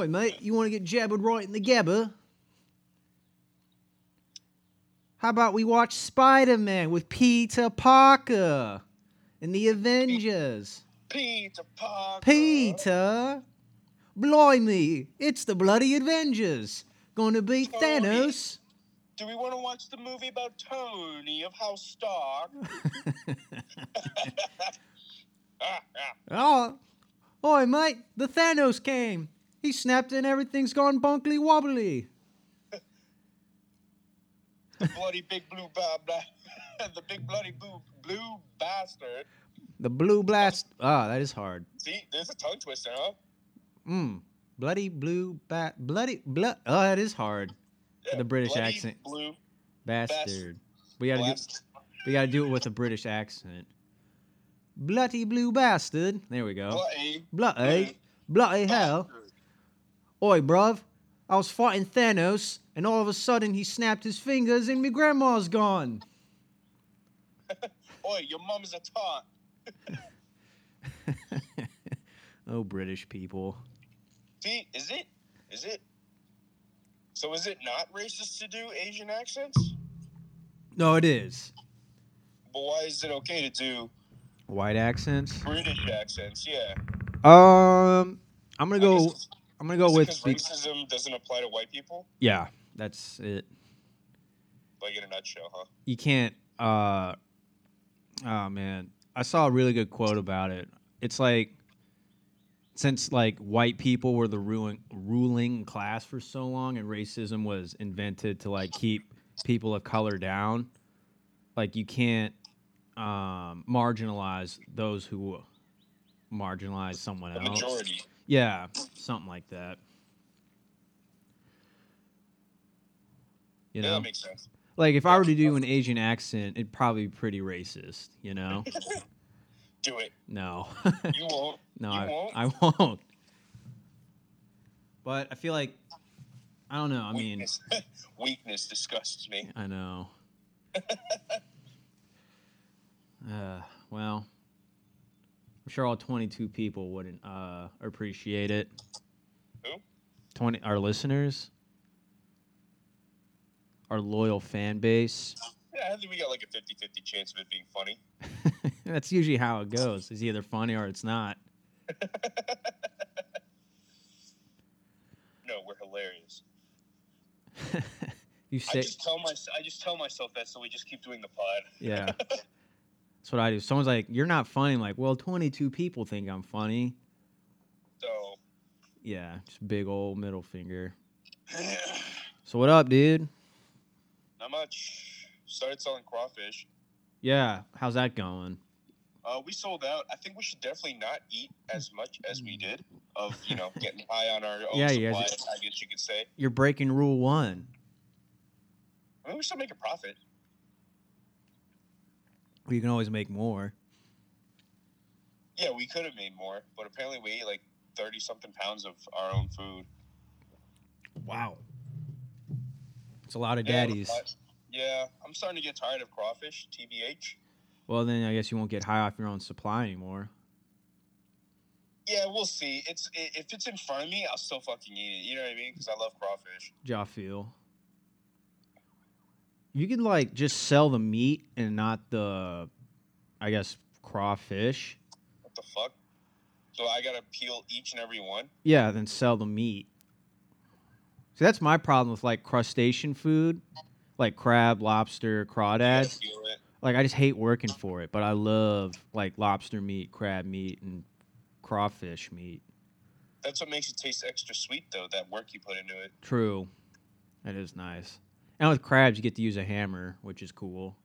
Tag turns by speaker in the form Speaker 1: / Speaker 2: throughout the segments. Speaker 1: Hey, mate, you want to get jabbered right in the gabba? How about we watch Spider Man with Peter Parker and the Avengers?
Speaker 2: Peter Parker.
Speaker 1: Peter! Blimey, it's the bloody Avengers! Gonna beat
Speaker 2: Tony.
Speaker 1: Thanos!
Speaker 2: Do we want to watch the movie about Tony of House Stark? Ah, ah.
Speaker 1: Oh, oi, mate, the Thanos came! He snapped and everything's gone bonkly wobbly!
Speaker 2: the bloody big blue ba- ba- the big bloody blue, blue bastard.
Speaker 1: The blue blast. Ah, that is hard.
Speaker 2: See, there's a tongue twister, huh?
Speaker 1: Mm. Bloody blue bat. Bloody blood. Oh, that is hard.
Speaker 2: Yeah,
Speaker 1: The British
Speaker 2: bloody
Speaker 1: accent.
Speaker 2: Blue
Speaker 1: Bastard. We gotta do,
Speaker 2: blast.
Speaker 1: we gotta do it with a British accent. Bloody blue bastard. There we go.
Speaker 2: Bloody.
Speaker 1: Bloody bloody Oh. hell. Oi, bruv. I was fighting Thanos, and all of a sudden he snapped his fingers, and my grandma's gone.
Speaker 2: Oi, your mum's a taunt.
Speaker 1: Oh, British people.
Speaker 2: See, is it? Is it? So is it not racist to do Asian accents?
Speaker 1: No, it is.
Speaker 2: But why is it okay to do
Speaker 1: White accents.
Speaker 2: British accents? Yeah.
Speaker 1: Um, I'm gonna
Speaker 2: I
Speaker 1: go.
Speaker 2: guess it's-
Speaker 1: I'm gonna go
Speaker 2: is it
Speaker 1: with
Speaker 2: 'cause
Speaker 1: the,
Speaker 2: racism doesn't apply to white people,
Speaker 1: yeah. That's it.
Speaker 2: like in a nutshell, huh?
Speaker 1: you can't uh oh man i saw a really good quote about it it's like since like white people were the ruling ruling class for so long and racism was invented to like keep people of color down like you can't um marginalize those who marginalize someone
Speaker 2: The
Speaker 1: else
Speaker 2: majority.
Speaker 1: yeah something like that you
Speaker 2: Yeah,
Speaker 1: know
Speaker 2: that makes sense.
Speaker 1: like if I were to do an Asian accent, it'd probably be pretty racist, you know?
Speaker 2: Do it.
Speaker 1: No.
Speaker 2: You won't.
Speaker 1: no,
Speaker 2: you
Speaker 1: I
Speaker 2: won't.
Speaker 1: I won't. But I feel like I don't know, I mean
Speaker 2: Weakness. Weakness disgusts me.
Speaker 1: I know. uh well. I'm sure all twenty two people wouldn't uh appreciate it.
Speaker 2: Who?
Speaker 1: Twenty our listeners? Our loyal fan base.
Speaker 2: Yeah, I think we got like a 50-50 chance of it being funny.
Speaker 1: That's usually how it goes. It's either funny or it's not.
Speaker 2: No, we're hilarious.
Speaker 1: You
Speaker 2: I
Speaker 1: say,
Speaker 2: just tell my, I just tell myself that, so we just keep doing the pod.
Speaker 1: yeah. That's what I do. Someone's like, "You're not funny." I'm like, well, 22 people think I'm funny.
Speaker 2: So,
Speaker 1: Yeah, just big old middle finger. So what up, dude?
Speaker 2: not much. Started selling crawfish.
Speaker 1: Yeah, how's that going?
Speaker 2: Uh, we sold out. I think we should definitely not eat as much as we did of you know getting high on our own
Speaker 1: Mm. Yeah, you
Speaker 2: supply.
Speaker 1: guys-
Speaker 2: I guess you could say.
Speaker 1: You're breaking rule one.
Speaker 2: I mean, we still make a profit.
Speaker 1: Well, You can always make more.
Speaker 2: Yeah, we could have made more, but apparently we ate like thirty something pounds of our own food.
Speaker 1: Wow. It's a lot of
Speaker 2: Yeah,
Speaker 1: daddies.
Speaker 2: but- Yeah, I'm starting to get tired of crawfish. Tbh.
Speaker 1: Well, then I guess you won't get high off your own supply anymore.
Speaker 2: Yeah, we'll see. It's i- if it's in front of me, I'll still fucking eat it. You know what I mean? Because I love crawfish.
Speaker 1: Ja feel. You could like just sell the meat and not the, I guess crawfish.
Speaker 2: What the fuck? So I gotta peel each and every one.
Speaker 1: Yeah, then sell the meat. See, that's my problem with like crustacean food, like crab, lobster,
Speaker 2: Gotta
Speaker 1: crawdads.
Speaker 2: peel it.
Speaker 1: Like I just hate working for it, but I love like lobster meat, crab meat, and crawfish meat.
Speaker 2: That's what makes it taste extra sweet, though. That work you put into it.
Speaker 1: True, that is nice. And with crabs, you get to use a hammer, which is cool.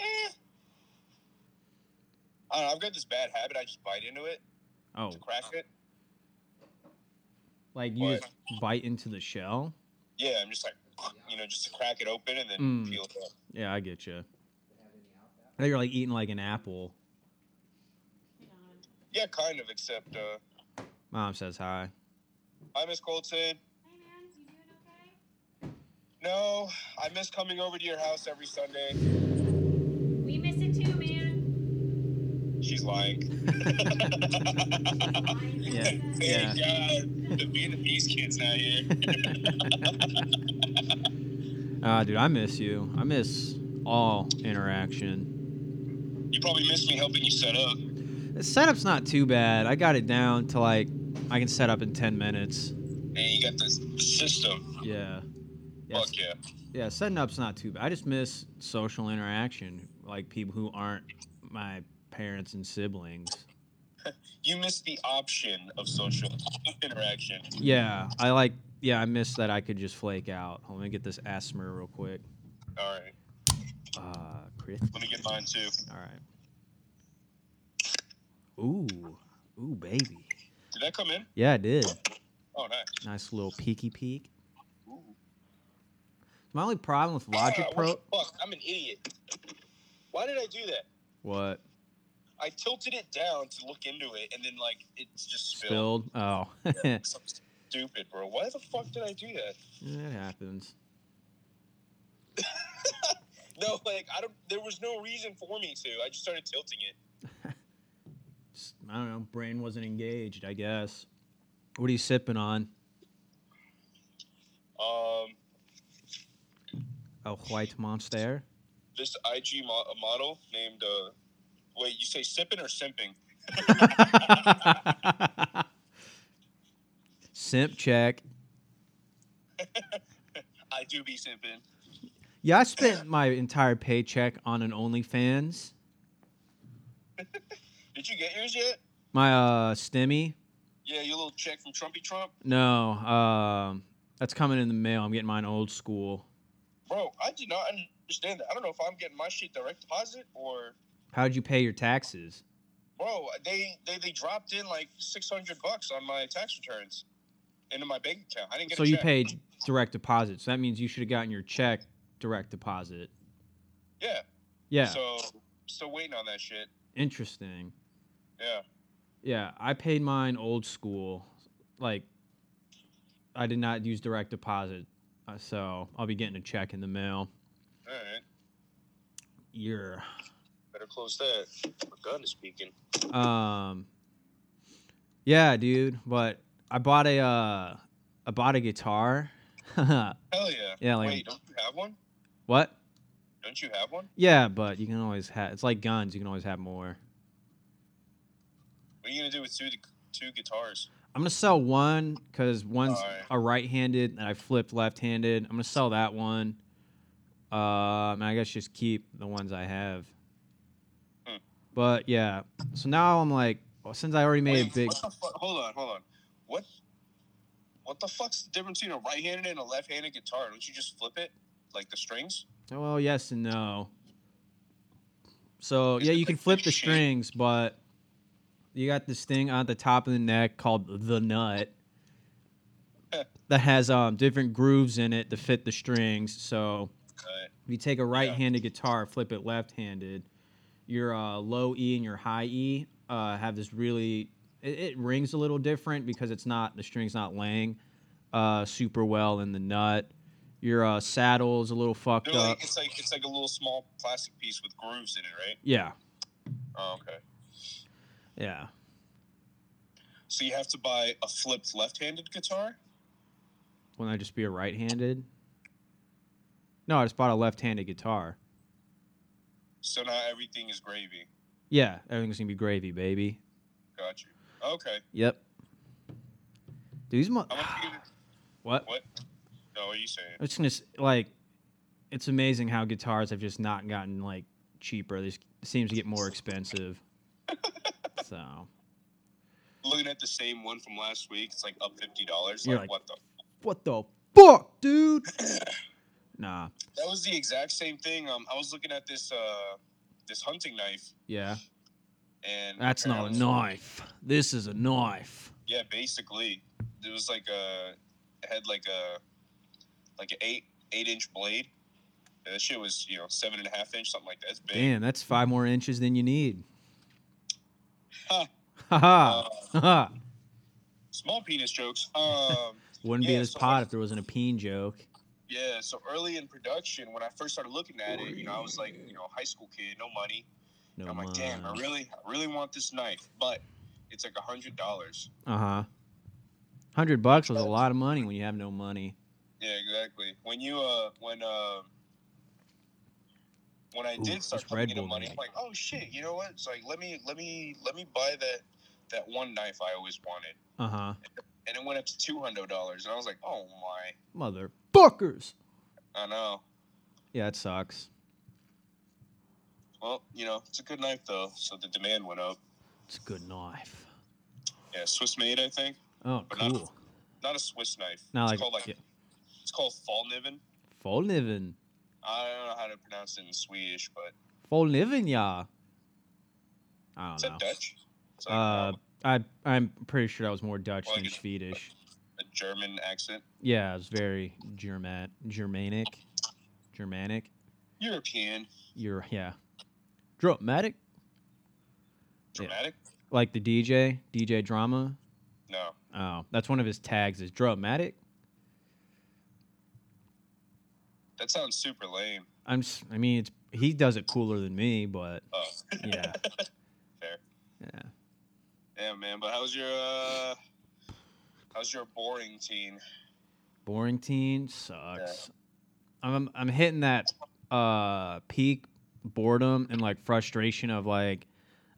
Speaker 2: Eh. I don't know, I've got this bad habit. I just bite into it
Speaker 1: Oh,
Speaker 2: to crack it.
Speaker 1: like you
Speaker 2: What?
Speaker 1: just bite into the shell.
Speaker 2: Yeah, I'm just like, you know, just to crack it open and then
Speaker 1: Mm.
Speaker 2: peel it up.
Speaker 1: Yeah, I get you. I think you're like eating like an apple.
Speaker 2: Yeah, kind of. Except uh,
Speaker 1: Mom says hi.
Speaker 2: I miss Colton.
Speaker 3: Hey man, you doing okay?
Speaker 2: No, I miss coming over to your house every Sunday.
Speaker 3: We miss it too, man.
Speaker 2: She's lying.
Speaker 1: Yeah. Yeah.
Speaker 2: Thank God. The Vietnamese kids out here.
Speaker 1: Ah, dude, I miss you. I miss all interaction.
Speaker 2: You probably missed me helping you set up.
Speaker 1: The setup's not too bad. I got it down to like I can set up in ten minutes.
Speaker 2: And you got this system.
Speaker 1: Yeah. Yeah,
Speaker 2: Fuck yeah.
Speaker 1: yeah, setting up's not too bad. I just miss social interaction, like people who aren't my parents and siblings.
Speaker 2: You missed the option of social interaction.
Speaker 1: Yeah, I like. Yeah, I miss that I could just flake out. Hold on, Let me get this asthma real quick.
Speaker 2: All right.
Speaker 1: Uh, Chris.
Speaker 2: Let me get mine too.
Speaker 1: All right. Ooh, ooh, baby.
Speaker 2: Did that come in?
Speaker 1: Yeah, I did.
Speaker 2: Oh, nice.
Speaker 1: Nice little peeky peek.
Speaker 2: Ooh.
Speaker 1: My only problem with Logic
Speaker 2: Ah, what
Speaker 1: Pro.
Speaker 2: the fuck? I'm an idiot. Why did I do that?
Speaker 1: What?
Speaker 2: I tilted it down to look into it, and then like it's just spilled.
Speaker 1: Spilled? Oh, it
Speaker 2: Something stupid, bro. Why the fuck did I do that?
Speaker 1: happens.
Speaker 2: No, like I don't. There was no reason for me to. I just started tilting it.
Speaker 1: Just, I don't know. Brain wasn't engaged, I guess. What are you sipping on?
Speaker 2: Um,
Speaker 1: A white monster?
Speaker 2: this IG mo- a model named. Uh, wait, you say sipping or simping?
Speaker 1: Simp check.
Speaker 2: I do be simping.
Speaker 1: Yeah, I spent my entire paycheck on an OnlyFans.
Speaker 2: Did you get yours yet?
Speaker 1: My uh, STEMI.
Speaker 2: Yeah, your little check from Trumpy Trump,
Speaker 1: No, um, that's coming in the mail. I'm getting mine old school.
Speaker 2: bro. I did not understand that. I don't know if I'm getting my shit direct deposit or.
Speaker 1: How'd you pay your taxes?
Speaker 2: Bro, they, they they dropped in like six hundred bucks on my tax returns into my bank account. I didn't get.
Speaker 1: So
Speaker 2: a
Speaker 1: you
Speaker 2: check.
Speaker 1: paid direct deposit. So that means you should have gotten your check direct deposit.
Speaker 2: Yeah.
Speaker 1: Yeah,
Speaker 2: So still waiting on that shit.
Speaker 1: interesting.
Speaker 2: Yeah.
Speaker 1: Yeah, I paid mine old school. Like, I did not use direct deposit. Uh, so I'll be getting a check in the mail.
Speaker 2: All right.
Speaker 1: Yeah.
Speaker 2: Better close that. My gun is speaking.
Speaker 1: Um, yeah, dude. But I bought a uh, I bought a guitar.
Speaker 2: Hell yeah.
Speaker 1: Yeah, like-
Speaker 2: Wait, don't you have one?
Speaker 1: what?
Speaker 2: Don't you have one?
Speaker 1: Yeah, but you can always have. It's like guns. You can always have more.
Speaker 2: What are you gonna do with two two guitars?
Speaker 1: I'm gonna sell one because one's
Speaker 2: Alright.
Speaker 1: a right-handed and I flipped left-handed. I'm gonna sell that one. Um, and I guess just keep the ones I have.
Speaker 2: Hmm.
Speaker 1: But yeah, so now I'm like, well, since I already made a
Speaker 2: Wait,
Speaker 1: big,
Speaker 2: What the fu- hold on, hold on. What? What the fuck's the difference between a right-handed and a left-handed guitar? Don't you just flip it, like the strings?
Speaker 1: well, yes and no. So yeah, you can flip the strings, but you got this thing on the top of the neck called the nut that has um different grooves in it to fit the strings. So
Speaker 2: Right.
Speaker 1: If you take a right-handed guitar, flip it left-handed, your uh, low E and your high E uh, have this really. It, it rings a little different because it's not the string's not laying uh, super well in the nut. Your uh, saddle is a little fucked
Speaker 2: They're like,
Speaker 1: up.
Speaker 2: it's like it's like a little small plastic piece with grooves in it, right?
Speaker 1: Yeah,
Speaker 2: Oh, okay.
Speaker 1: yeah.
Speaker 2: So you have to buy a flipped left-handed guitar.
Speaker 1: Wouldn't I just be a right-handed? No, I just bought a left-handed guitar.
Speaker 2: So now everything is gravy.
Speaker 1: Yeah, everything's gonna be gravy, baby.
Speaker 2: Got you. Okay.
Speaker 1: Yep. Dude, these mo-
Speaker 2: How much? you gonna-
Speaker 1: what?
Speaker 2: what? No, what are you saying?
Speaker 1: I'm just gonna s- like, it's amazing how guitars have just not gotten like cheaper. They just seems to get more expensive. so
Speaker 2: Looking at the same one from last week, it's like up fifty dollars.
Speaker 1: You're
Speaker 2: Like,
Speaker 1: like-
Speaker 2: what the?
Speaker 1: what the fuck, dude? nah.
Speaker 2: That was the exact same thing. Um, I was looking at this uh, this hunting knife,
Speaker 1: Yeah,
Speaker 2: and
Speaker 1: that's not a
Speaker 2: apparently-
Speaker 1: knife. This is a knife.
Speaker 2: Yeah, basically, it was like a it had like a like an eight eight inch blade. And that shit was you know seven and a half inch, something like that. It's big.
Speaker 1: Damn, that's five more inches than you need.
Speaker 2: Ha.
Speaker 1: Ha ha.
Speaker 2: Uh,
Speaker 1: ha.
Speaker 2: small penis jokes. Um,
Speaker 1: Wouldn't be
Speaker 2: yeah,
Speaker 1: this
Speaker 2: so
Speaker 1: pot
Speaker 2: what-
Speaker 1: if there wasn't a peen joke.
Speaker 2: yeah. So early in production, when I first started looking at it, you know, I was like, you know, high school kid, no money,
Speaker 1: No
Speaker 2: I'm like, damn, I really, I really want this knife, but it's like a hundred dollars.
Speaker 1: Uh huh. Hundred bucks was a lot of money when you have no money.
Speaker 2: Yeah, exactly. When you uh when uh when I
Speaker 1: Ooh,
Speaker 2: did
Speaker 1: this
Speaker 2: start
Speaker 1: Red
Speaker 2: collecting the
Speaker 1: Bull
Speaker 2: money,
Speaker 1: man.
Speaker 2: I'm like, oh shit, you know what? It's like let me let me let me buy that that one knife I always wanted.
Speaker 1: Uh huh.
Speaker 2: And it went up to two hundred dollars and I was like, Oh my
Speaker 1: Motherfuckers.
Speaker 2: I know.
Speaker 1: Yeah, it sucks.
Speaker 2: Well, you know, it's a good knife though, so the demand went up.
Speaker 1: It's a good knife.
Speaker 2: Yeah, Swiss made I think.
Speaker 1: Oh,
Speaker 2: But not-
Speaker 1: cool.
Speaker 2: Not a Swiss knife.
Speaker 1: Not
Speaker 2: it's
Speaker 1: like,
Speaker 2: called like
Speaker 1: yeah,
Speaker 2: it's called Fallniven.
Speaker 1: Folniven.
Speaker 2: I don't know how to pronounce it in Swedish, but
Speaker 1: Folniven, yeah. I
Speaker 2: it's
Speaker 1: don't
Speaker 2: that
Speaker 1: know.
Speaker 2: Dutch? It's like,
Speaker 1: Uh,
Speaker 2: um,
Speaker 1: I I'm pretty sure that was more Dutch
Speaker 2: Well, I
Speaker 1: than
Speaker 2: guess-
Speaker 1: Swedish.
Speaker 2: a German accent.
Speaker 1: Yeah, it was very German, Germanic, Germanic.
Speaker 2: European.
Speaker 1: You're yeah, dramatic
Speaker 2: Dramatic?
Speaker 1: like the DJ DJ drama.
Speaker 2: No.
Speaker 1: Oh, that's one of his tags is dramatic.
Speaker 2: That sounds super lame.
Speaker 1: I'm s- I mean it's he does it cooler than me, but
Speaker 2: Oh,
Speaker 1: yeah,
Speaker 2: fair.
Speaker 1: yeah.
Speaker 2: Yeah, man. But how's your uh, how's your boring teen?
Speaker 1: Boring teen sucks. I'm I'm hitting that uh peak boredom and like frustration of like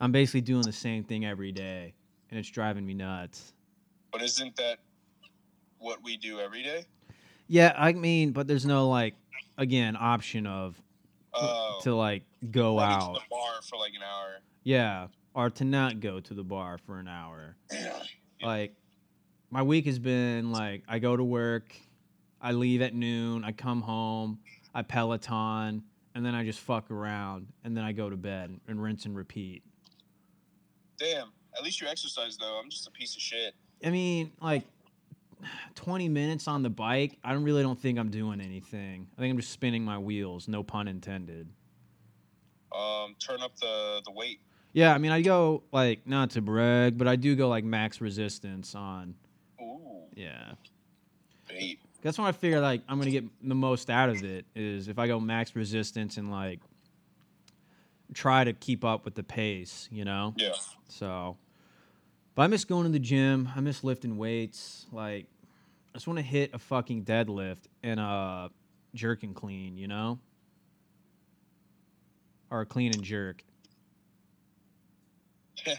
Speaker 1: I'm basically doing the same thing every day and it's driving me nuts.
Speaker 2: But isn't that what we do every day?
Speaker 1: Yeah, I mean, but there's no like again option of
Speaker 2: Oh,
Speaker 1: to like go
Speaker 2: running
Speaker 1: out.
Speaker 2: to the bar for like an hour.
Speaker 1: Yeah, or to not go to the bar for an hour. Like my week has been like I go to work, I leave at noon, I come home, I Peloton, and then I just fuck around, and then I go to bed and rinse and repeat.
Speaker 2: Damn. At least you exercise though. I'm just a piece of shit.
Speaker 1: I mean, like 20 minutes on the bike, I don't really don't think I'm doing anything. I think I'm just spinning my wheels, no pun intended.
Speaker 2: Um, turn up the the weight.
Speaker 1: Yeah, I mean, I go like not to brag, but I do go like max resistance on.
Speaker 2: Ooh,
Speaker 1: Yeah.
Speaker 2: bait.
Speaker 1: That's when I figure like I'm gonna get the most out of it is if I go max resistance and like try to keep up with the pace, you know.
Speaker 2: Yeah.
Speaker 1: So, but I miss going to the gym. I miss lifting weights. Like, I just want to hit a fucking deadlift and a jerk and clean, you know, or a clean and jerk.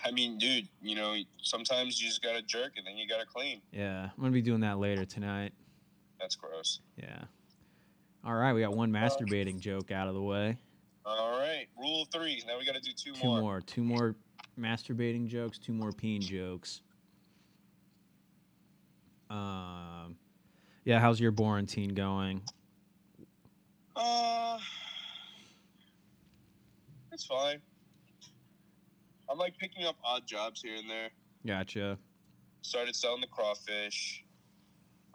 Speaker 2: I mean, dude, you know, sometimes you just gotta jerk and then you gotta clean.
Speaker 1: Yeah, I'm gonna be doing that later tonight.
Speaker 2: That's gross.
Speaker 1: Yeah. All right, we got one masturbating joke out of the way.
Speaker 2: All right, rule of three. Now we gotta do two,
Speaker 1: Two more. Two more masturbating jokes. Two more peeing jokes. Um, yeah. How's your quarantine going?
Speaker 2: Uh, it's fine. I'm like picking up odd jobs here and there.
Speaker 1: Gotcha.
Speaker 2: Started selling the crawfish.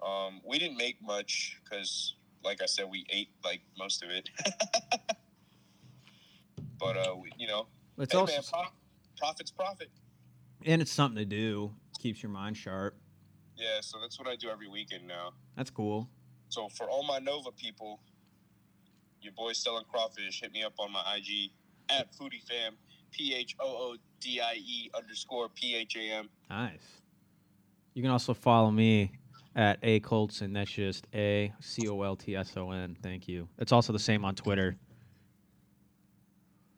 Speaker 2: Um, we didn't make much because, like I said, we ate like most of it. but uh, we, you know,
Speaker 1: It's
Speaker 2: hey
Speaker 1: also
Speaker 2: man, prof- profits profit.
Speaker 1: and it's something to do. Keeps your mind sharp.
Speaker 2: Yeah, so that's what I do every weekend now.
Speaker 1: That's cool.
Speaker 2: So for all my Nova people, your boy selling crawfish, hit me up on my IG at foodie fam, p h o o d i e underscore p h a m.
Speaker 1: Nice. You can also follow me at a Coltson. That's just a c o l t s o n. Thank you. It's also the same on Twitter.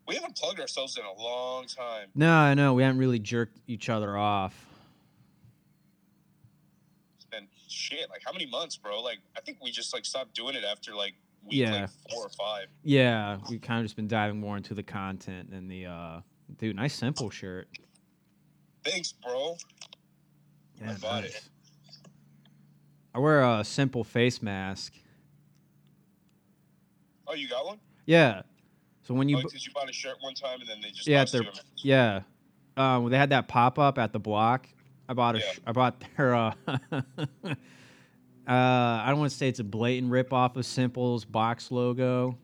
Speaker 2: We haven't plugged ourselves in a long time.
Speaker 1: No, I know we haven't really jerked each other off.
Speaker 2: It's been shit. Like how many months, bro? Like I think we just like stopped doing it after like week
Speaker 1: Yeah.
Speaker 2: like four or five.
Speaker 1: Yeah, we kind of just been diving more into the content and the uh dude, nice simple shirt.
Speaker 2: Thanks, bro.
Speaker 1: Yeah,
Speaker 2: I bought it.
Speaker 1: I wear a simple face mask.
Speaker 2: Oh, you got one?
Speaker 1: Yeah. So when you
Speaker 2: oh,
Speaker 1: bu-
Speaker 2: because you bought a shirt one time and then they just
Speaker 1: Yeah,
Speaker 2: lost
Speaker 1: they're-
Speaker 2: you.
Speaker 1: yeah, uh, when they had that pop up at the block, I bought a
Speaker 2: Yeah.
Speaker 1: sh- I bought their uh, uh I don't want to say it's a blatant rip off of Simple's box logo.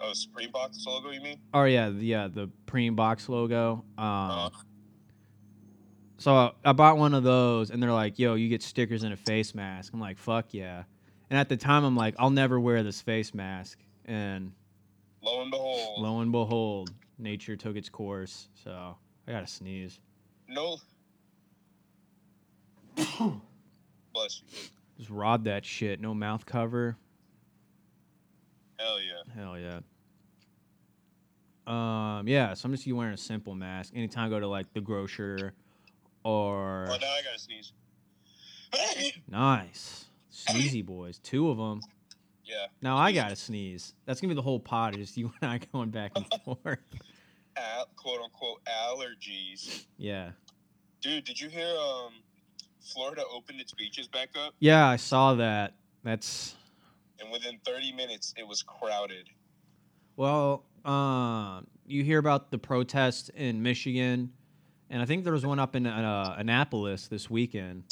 Speaker 2: Oh, Supreme Box logo, you mean?
Speaker 1: Oh yeah, the uh, the Preem box logo. Um
Speaker 2: Uh,
Speaker 1: So I bought one of those, and they're like, "Yo, you get stickers and a face mask." I'm like, "Fuck yeah!" And at the time, I'm like, "I'll never wear this face mask." And
Speaker 2: lo and behold,
Speaker 1: lo and behold, nature took its course. So I gotta sneeze.
Speaker 2: No. Bless you.
Speaker 1: Just rob that shit. No mouth cover.
Speaker 2: Hell yeah.
Speaker 1: Hell yeah. Um, yeah, so I'm just you wearing a simple mask. Anytime I go to like the grocer or
Speaker 2: Well, now I gotta sneeze.
Speaker 1: nice. Sneezy boys, two of them.
Speaker 2: yeah.
Speaker 1: Now I gotta sneeze. That's gonna be the whole pod. Just you and I going back and forth.
Speaker 2: Al- quote unquote allergies.
Speaker 1: Yeah,
Speaker 2: Dude, did you hear um Florida opened its beaches back up
Speaker 1: yeah, I saw that. That's
Speaker 2: and within 30 minutes it was crowded.
Speaker 1: well. Um, you hear about the protests in Michigan, and I think there was one up in uh, Annapolis this weekend.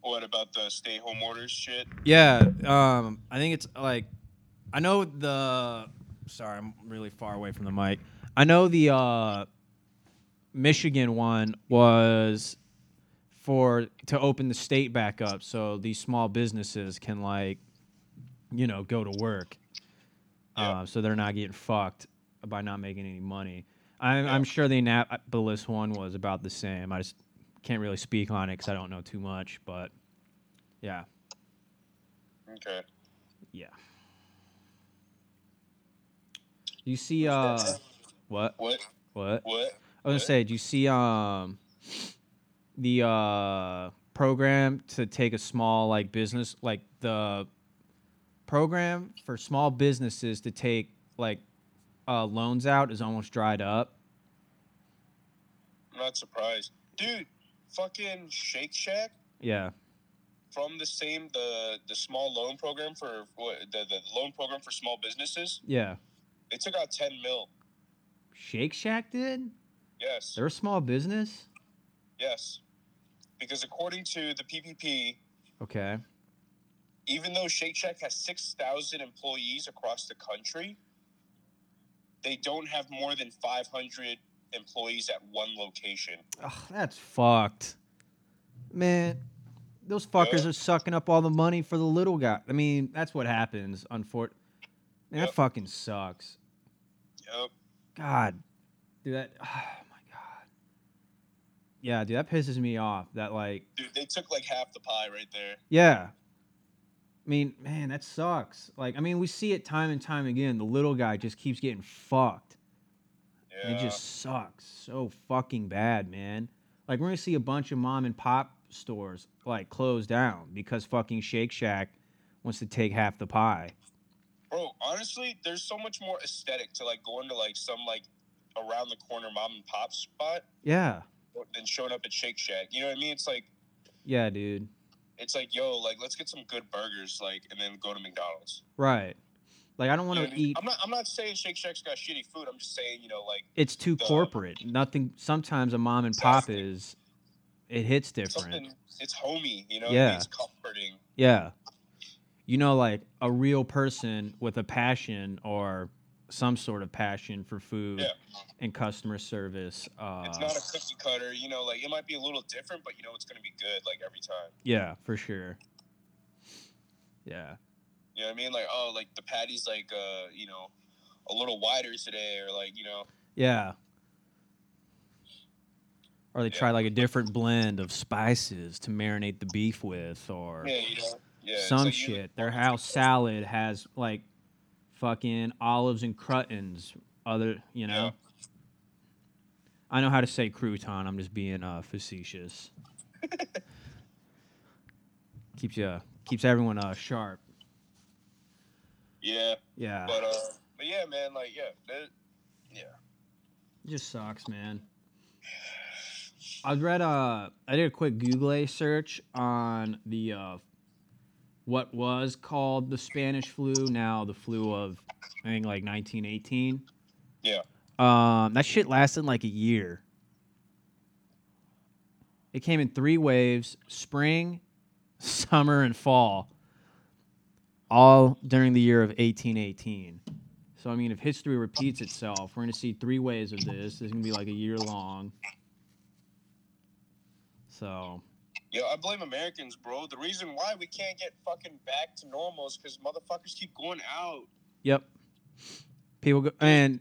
Speaker 2: What about the stay home orders shit?
Speaker 1: Yeah, um, I think it's like I know the. Sorry, I'm really far away from the mic. I know the uh, Michigan one was for to open the state back up, so these small businesses can like, you know, go to work. Uh, so they're not getting fucked by not making any money. I'm, I'm sure the Annapolis one was about the same. I just can't really speak on it because I don't know too much, but yeah.
Speaker 2: Okay.
Speaker 1: Yeah. You see, uh, what?
Speaker 2: What?
Speaker 1: What?
Speaker 2: What?
Speaker 1: I was gonna say, do you see, um, the uh program to take a small like business, like the program for small businesses to take like uh loans out is almost dried up.
Speaker 2: I'm not surprised. Dude, fucking Shake Shack
Speaker 1: Yeah.
Speaker 2: from the same the the small loan program for what the, the loan program for small businesses,
Speaker 1: Yeah.
Speaker 2: they took out 10 mil.
Speaker 1: Shake Shack did.
Speaker 2: Yes.
Speaker 1: They're a small business.
Speaker 2: Yes. Because according to the PPP,
Speaker 1: Okay.
Speaker 2: even though Shake Shack has 6,000 employees across the country, they don't have more than 500 employees at one location.
Speaker 1: Ugh, that's fucked. Man, those fuckers
Speaker 2: Yeah.
Speaker 1: are sucking up all the money for the little guy. I mean, that's what happens, unfortunately. Man,
Speaker 2: Yep.
Speaker 1: that fucking sucks.
Speaker 2: Yep.
Speaker 1: God. Dude, that. Oh, my God. Yeah, dude, that pisses me off. That, like,
Speaker 2: Dude, they took like half the pie right there.
Speaker 1: yeah. I mean, man, that sucks. Like, I mean, we see it time and time again. The little guy just keeps getting fucked.
Speaker 2: Yeah.
Speaker 1: And It just sucks so fucking bad, man. Like we're gonna see a bunch of mom and pop stores like close down because fucking Shake Shack wants to take half the pie.
Speaker 2: Bro, honestly, there's so much more aesthetic to like going to like some like around the corner mom and pop spot
Speaker 1: Yeah,
Speaker 2: than showing up at Shake Shack. You know what I mean? It's like
Speaker 1: yeah, dude.
Speaker 2: it's like, yo, like let's get some good burgers, like, and then go to McDonald's.
Speaker 1: Right. Like I don't
Speaker 2: You
Speaker 1: want
Speaker 2: know what
Speaker 1: to
Speaker 2: I mean?
Speaker 1: eat.
Speaker 2: I'm not I'm not saying Shake Shack's got shitty food. I'm just saying, you know, like
Speaker 1: It's too
Speaker 2: the-
Speaker 1: corporate. Nothing. Sometimes a mom and pop
Speaker 2: Exactly.
Speaker 1: is. It hits different.
Speaker 2: something it's homey, you know, what I mean?
Speaker 1: Yeah.
Speaker 2: it's comforting.
Speaker 1: Yeah. You know, like a real person with a passion or some sort of passion for food
Speaker 2: Yeah.
Speaker 1: and customer service. Uh,
Speaker 2: It's not a cookie cutter, you know, like it might be a little different, but you know it's gonna be good like every time.
Speaker 1: Yeah, for sure. Yeah.
Speaker 2: You know what I mean? Like, oh like the patty's like uh, you know, a little wider today or like, you know,
Speaker 1: Yeah. Or they
Speaker 2: Yeah.
Speaker 1: try like a different blend of spices to marinate the beef with or
Speaker 2: yeah, you know. Yeah, it's
Speaker 1: some
Speaker 2: like you-
Speaker 1: shit. Their house salad has like fucking olives and croutons. Other, you know.
Speaker 2: Yeah.
Speaker 1: I know how to say crouton. I'm just being uh, facetious. keeps you keeps everyone uh, sharp.
Speaker 2: Yeah,
Speaker 1: Yeah.
Speaker 2: but uh, but yeah, man, like yeah, that, yeah,
Speaker 1: just sucks, man. I read uh I did a quick Google search on the uh what was called the Spanish flu, now the flu of I think like 1918.
Speaker 2: Yeah.
Speaker 1: Um that shit lasted like a year. It came in three waves, spring, summer and fall. All during the year of 1818. So I mean, if history repeats itself, we're gonna see three ways of this. This is gonna be like a year long. So
Speaker 2: yo, I blame Americans, bro. The reason why we can't get fucking back to normal is because motherfuckers keep going out.
Speaker 1: yep, people go and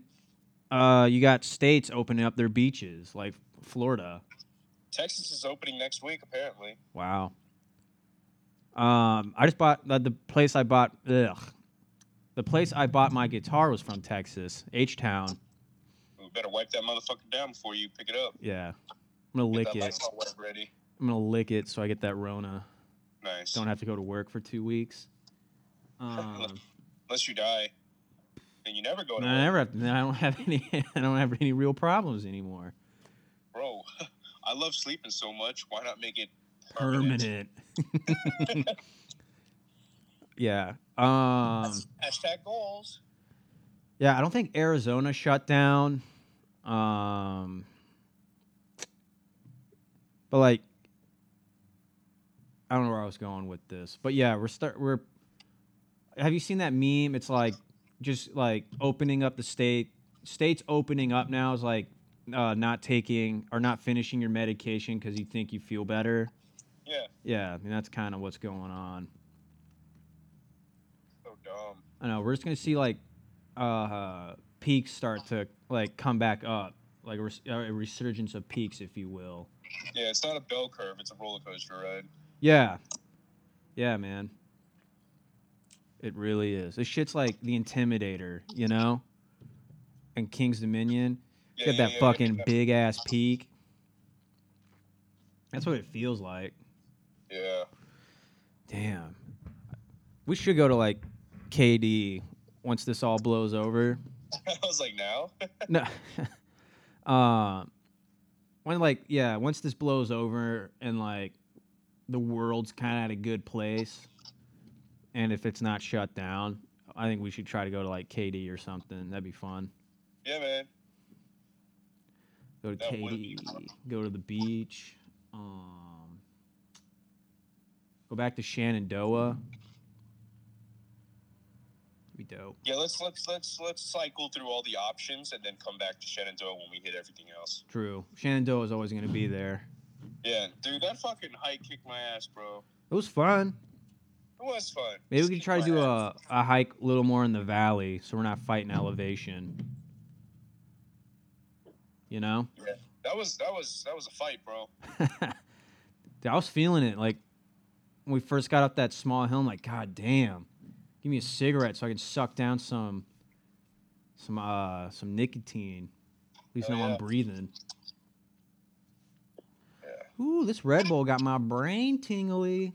Speaker 1: uh, you got states opening up their beaches, like Florida.
Speaker 2: Texas is opening next week, apparently.
Speaker 1: Wow. Um, I just bought the, the place I bought. Ugh. The place I bought my guitar was from Texas, H Town.
Speaker 2: We better wipe that motherfucker down before you pick it up.
Speaker 1: Yeah, I'm gonna
Speaker 2: Get
Speaker 1: lick
Speaker 2: that
Speaker 1: it.
Speaker 2: Lysol wipe ready.
Speaker 1: I'm gonna lick it so I get that Rona.
Speaker 2: Nice.
Speaker 1: Don't have to go to work for two weeks. Um,
Speaker 2: Unless you die, and you never go
Speaker 1: I
Speaker 2: to work.
Speaker 1: never. Have, then I don't have any. I don't have any real problems anymore.
Speaker 2: bro. I love sleeping so much. Why not make it
Speaker 1: Permanent. yeah. Um.
Speaker 2: Hashtag goals.
Speaker 1: Yeah, I don't think Arizona shut down. Um, but like, I don't know where I was going with this. But yeah, we're start. We're. Have you seen that meme? It's like just like opening up the state. States opening up now is like uh, not taking or not finishing your medication because you think you feel better.
Speaker 2: Yeah.
Speaker 1: Yeah, I mean that's kind of what's going on.
Speaker 2: So dumb.
Speaker 1: I know we're just gonna see like uh, peaks start to like come back up, like a res- a resurgence of peaks, if you will.
Speaker 2: Yeah, it's not a bell curve. It's a roller coaster ride.
Speaker 1: Yeah, yeah, man. It really is. This shit's like the Intimidator, you know, and King's Dominion.
Speaker 2: Yeah,
Speaker 1: You got
Speaker 2: yeah,
Speaker 1: that
Speaker 2: yeah,
Speaker 1: fucking
Speaker 2: yeah.
Speaker 1: big ass peak. That's what it feels like.
Speaker 2: Yeah.
Speaker 1: Damn. We should go to like KD once this all blows over.
Speaker 2: I was like, now?
Speaker 1: No. um, when like yeah, once this blows over and like the world's kind of at a good place, and if it's not shut down, I think we should try to go to like KD or something. That'd be fun.
Speaker 2: Yeah, man.
Speaker 1: Go to
Speaker 2: That would
Speaker 1: KD.
Speaker 2: be fun.
Speaker 1: Go to the beach. Um, go back to Shenandoah. Be dope.
Speaker 2: Yeah, let's let's let's let's cycle through all the options and then come back to Shenandoah when we hit everything else.
Speaker 1: True. Shenandoah is always gonna be there.
Speaker 2: Yeah, dude, that fucking hike kicked my ass, bro.
Speaker 1: It was fun.
Speaker 2: It was fun.
Speaker 1: Maybe
Speaker 2: Just
Speaker 1: we could
Speaker 2: kicked
Speaker 1: try to uh,
Speaker 2: my
Speaker 1: do
Speaker 2: ass.
Speaker 1: a, a hike a little more in the valley so we're not fighting elevation. You know?
Speaker 2: That was that was that was a fight, bro.
Speaker 1: Dude, I was feeling it like when we first got up that small hill, I'm like, God damn. Give me a cigarette so I can suck down some some uh some nicotine. At least
Speaker 2: Hell
Speaker 1: now I'm
Speaker 2: yeah.
Speaker 1: breathing. Ooh, this Red Bull got my brain tingly.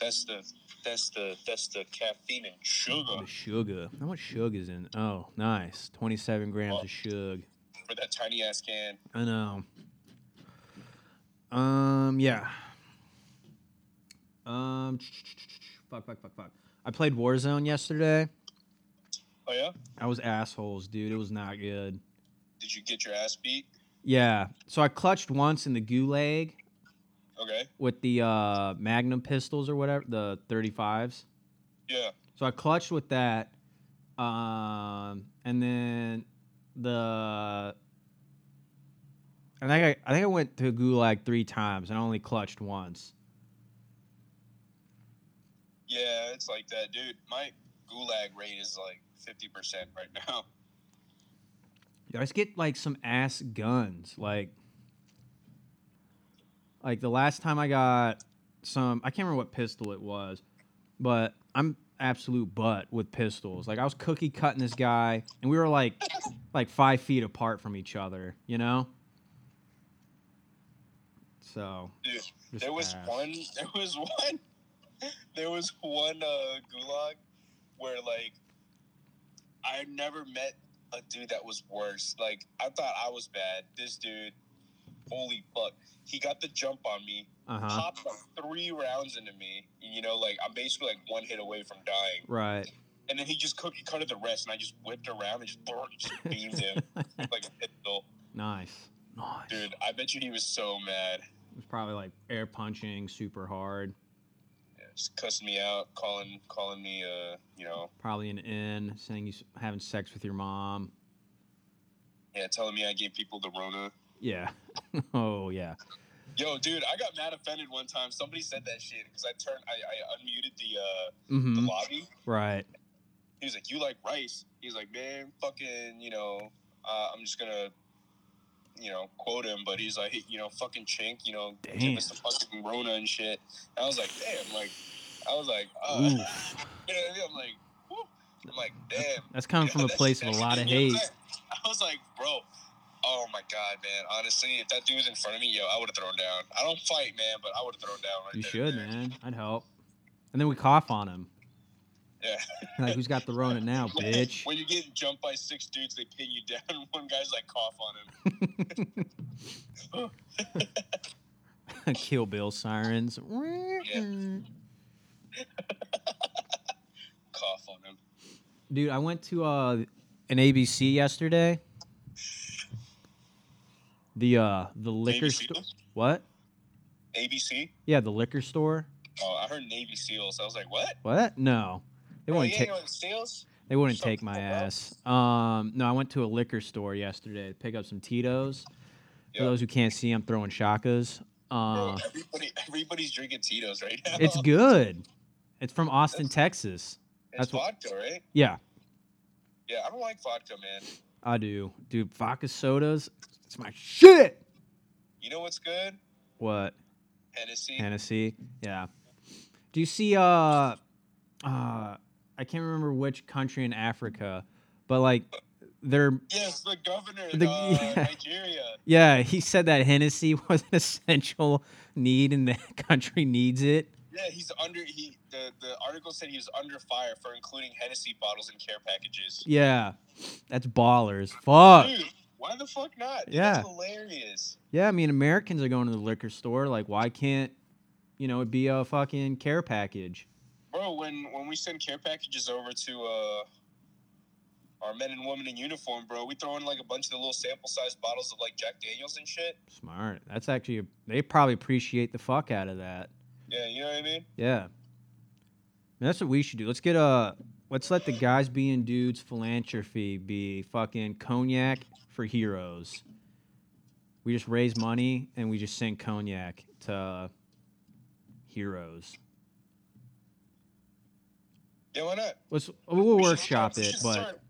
Speaker 2: That's the that's the that's the caffeine and sugar
Speaker 1: The sugar. How much sugar is in? Oh, nice. 27 grams
Speaker 2: Oh.
Speaker 1: of sugar.
Speaker 2: for that tiny ass can.
Speaker 1: I know. Um, yeah. Um, fuck, fuck, fuck, fuck. I played Warzone yesterday.
Speaker 2: Oh yeah?
Speaker 1: I was assholes, dude. It was not good.
Speaker 2: Did you get your ass beat?
Speaker 1: Yeah. So I clutched once in the gulag
Speaker 2: Okay.
Speaker 1: with the uh, Magnum pistols or whatever, the 35s.
Speaker 2: Yeah.
Speaker 1: So I clutched with that. Um, and then the I think I, I think I went to Gulag three times and I only clutched once.
Speaker 2: Yeah, it's like that, dude. My gulag rate is like fifty percent right now.
Speaker 1: Dude, I just get like some ass guns. Like like the last time I got some I can't remember what pistol it was, but I'm absolute butt with pistols. Like I was cookie cutting this guy and we were like like five feet apart from each other, you know? So
Speaker 2: Dude,
Speaker 1: just
Speaker 2: there was
Speaker 1: ass.
Speaker 2: one there was one there was one uh gulag where like I never met a dude that was worse. Like I thought I was bad. This dude, holy fuck. He got the jump on me,
Speaker 1: Uh-huh.
Speaker 2: popped like three rounds into me. You know, like I'm basically like one hit away from dying.
Speaker 1: Right.
Speaker 2: And then he just cookie cutted the rest, and I just whipped around and just, just beamed him like a pistol.
Speaker 1: Nice. Nice.
Speaker 2: Dude, I bet you he was so mad.
Speaker 1: It was probably like air punching super hard.
Speaker 2: Yeah, just cussing me out, calling calling me, uh, you know,
Speaker 1: Probably an N saying he's having sex with your mom.
Speaker 2: yeah, telling me I gave people the Rona.
Speaker 1: Yeah. oh yeah.
Speaker 2: Yo, dude, I got mad offended one time. Somebody said that shit because I turned, I, I unmuted the uh,
Speaker 1: hmm
Speaker 2: the lobby,
Speaker 1: Right.
Speaker 2: He was like, "You like rice?" He's like, "Man, fucking, you know, uh, I'm just gonna, you know, quote him." But he's like, hey, "You know, fucking chink, you know,
Speaker 1: Damn.
Speaker 2: give us the fucking Rona and shit." And I was like, "Damn!" Like, I was like, uh,
Speaker 1: Ooh.
Speaker 2: you know what I mean? I'm like, Woo. I'm like, "Damn."
Speaker 1: That's coming from a
Speaker 2: That's-
Speaker 1: place of a
Speaker 2: that's-
Speaker 1: lot of
Speaker 2: you know
Speaker 1: hate.
Speaker 2: what I'm saying? I was like, bro, oh my god, man. Honestly, if that dude was in front of me, yo, I would have thrown down. I don't fight, man, but I would have thrown down. Right
Speaker 1: You
Speaker 2: there,
Speaker 1: should, man. I'd help. And then we cough on him.
Speaker 2: Yeah.
Speaker 1: Like, who's got the Rona now,
Speaker 2: When-
Speaker 1: bitch?
Speaker 2: When you get jumped by six dudes, they pin you down. and One guy's like cough on him.
Speaker 1: Kill Bill sirens.
Speaker 2: Cough on him.
Speaker 1: Dude, I went to uh, an ABC yesterday. The uh, the liquor
Speaker 2: Navy
Speaker 1: store.
Speaker 2: Seals?
Speaker 1: What?
Speaker 2: ABC.
Speaker 1: Yeah, the liquor store.
Speaker 2: Oh, I heard Navy SEALs. I was like, what?
Speaker 1: What? No, they
Speaker 2: Bro,
Speaker 1: wouldn't
Speaker 2: you ain't
Speaker 1: take.
Speaker 2: going to SEALs?
Speaker 1: They wouldn't
Speaker 2: Something
Speaker 1: take my
Speaker 2: like that.
Speaker 1: ass. Um, no, I went to a liquor store yesterday to pick up some Tito's. For
Speaker 2: Yeah.
Speaker 1: those who can't see, I'm throwing shakas.
Speaker 2: Bro,
Speaker 1: Uh,
Speaker 2: everybody, everybody's drinking Tito's right now.
Speaker 1: it's good. It's from Austin, Texas.
Speaker 2: It's
Speaker 1: that's what-
Speaker 2: vodka, right?
Speaker 1: Yeah,
Speaker 2: Yeah, I don't like vodka, man.
Speaker 1: I do. Dude, vodka sodas. It's my shit.
Speaker 2: You know what's good?
Speaker 1: What?
Speaker 2: Hennessy.
Speaker 1: Tennessee. Yeah. Do you see? Uh, uh, I can't remember which country in Africa, but like, they're
Speaker 2: Yes, the governor of
Speaker 1: The-
Speaker 2: uh,
Speaker 1: yeah.
Speaker 2: Nigeria.
Speaker 1: yeah. He said that Hennessy was an essential need, and the country needs it.
Speaker 2: Yeah, he's under. He the, the article said he was under fire for including Hennessy bottles in care packages.
Speaker 1: Yeah, that's ballers. Fuck.
Speaker 2: Dude, why the fuck not? Dude,
Speaker 1: Yeah.
Speaker 2: that's hilarious.
Speaker 1: Yeah, I mean Americans are going to the liquor store. Like, why can't you know it be a fucking care package?
Speaker 2: Bro, when when we send care packages over to uh, our men and women in uniform, bro, we throw in like a bunch of the little sample size bottles of like Jack Daniels and shit.
Speaker 1: Smart. That's actually a, they probably appreciate the fuck out of that.
Speaker 2: Yeah, you know what I mean.
Speaker 1: Yeah. That's what we should do. Let's get a let's let the guys being dudes philanthropy be fucking cognac for heroes. We just raise money and we just send cognac to heroes.
Speaker 2: Yeah, why not?
Speaker 1: Let's we'll
Speaker 2: We should
Speaker 1: workshop
Speaker 2: start- we
Speaker 1: it,
Speaker 2: should
Speaker 1: but
Speaker 2: start-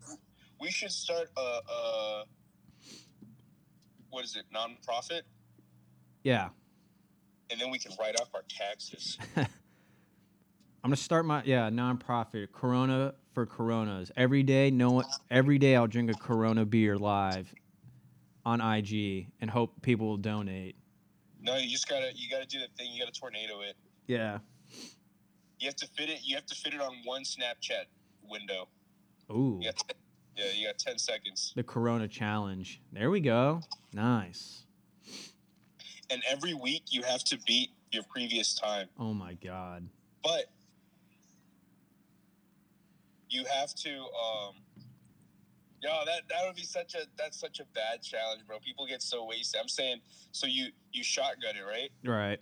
Speaker 2: we should start a uh, uh, what is it, nonprofit,
Speaker 1: yeah.
Speaker 2: and then we can write off our taxes.
Speaker 1: I'm gonna start my yeah, nonprofit Corona for Coronas. Every day, no one every day I'll drink a Corona beer live on IG and hope people will donate.
Speaker 2: No, you just gotta you gotta do the thing. You gotta tornado it.
Speaker 1: Yeah.
Speaker 2: You have to fit it. You have to fit it on one Snapchat window.
Speaker 1: Ooh.
Speaker 2: You got, yeah, you got ten seconds,
Speaker 1: The Corona Challenge. There we go. Nice.
Speaker 2: and every week you have to beat your previous time.
Speaker 1: Oh my God.
Speaker 2: But you have to. um Yo, that that would be such a that's such a bad challenge, bro. People get so wasted. I'm saying, so you you shotgun it, right?
Speaker 1: Right.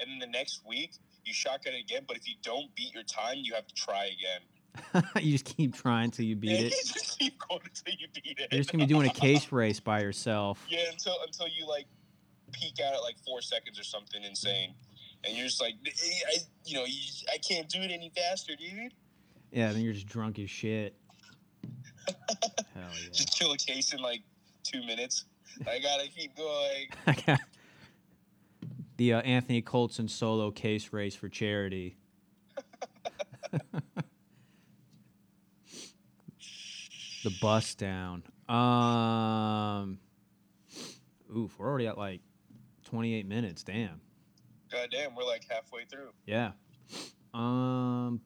Speaker 2: And then the next week you shotgun it again. But if you don't beat your time, you have to try again.
Speaker 1: you just keep trying till you beat it.
Speaker 2: just keep going until you beat it.
Speaker 1: You're just gonna be doing a case race by yourself.
Speaker 2: Yeah, until until you like peek out at like four seconds or something insane, and you're just like, "Eh, I, you know, you, I can't do it any faster, dude.
Speaker 1: Yeah. Then you're just drunk as shit. Hell yeah.
Speaker 2: Just kill a case in like two minutes. I gotta keep going.
Speaker 1: I got the uh, Anthony Colson solo case race for charity. the bus down. Um, oof, we're already at like 28 minutes. Damn.
Speaker 2: God damn, we're like halfway through.
Speaker 1: Yeah. Um.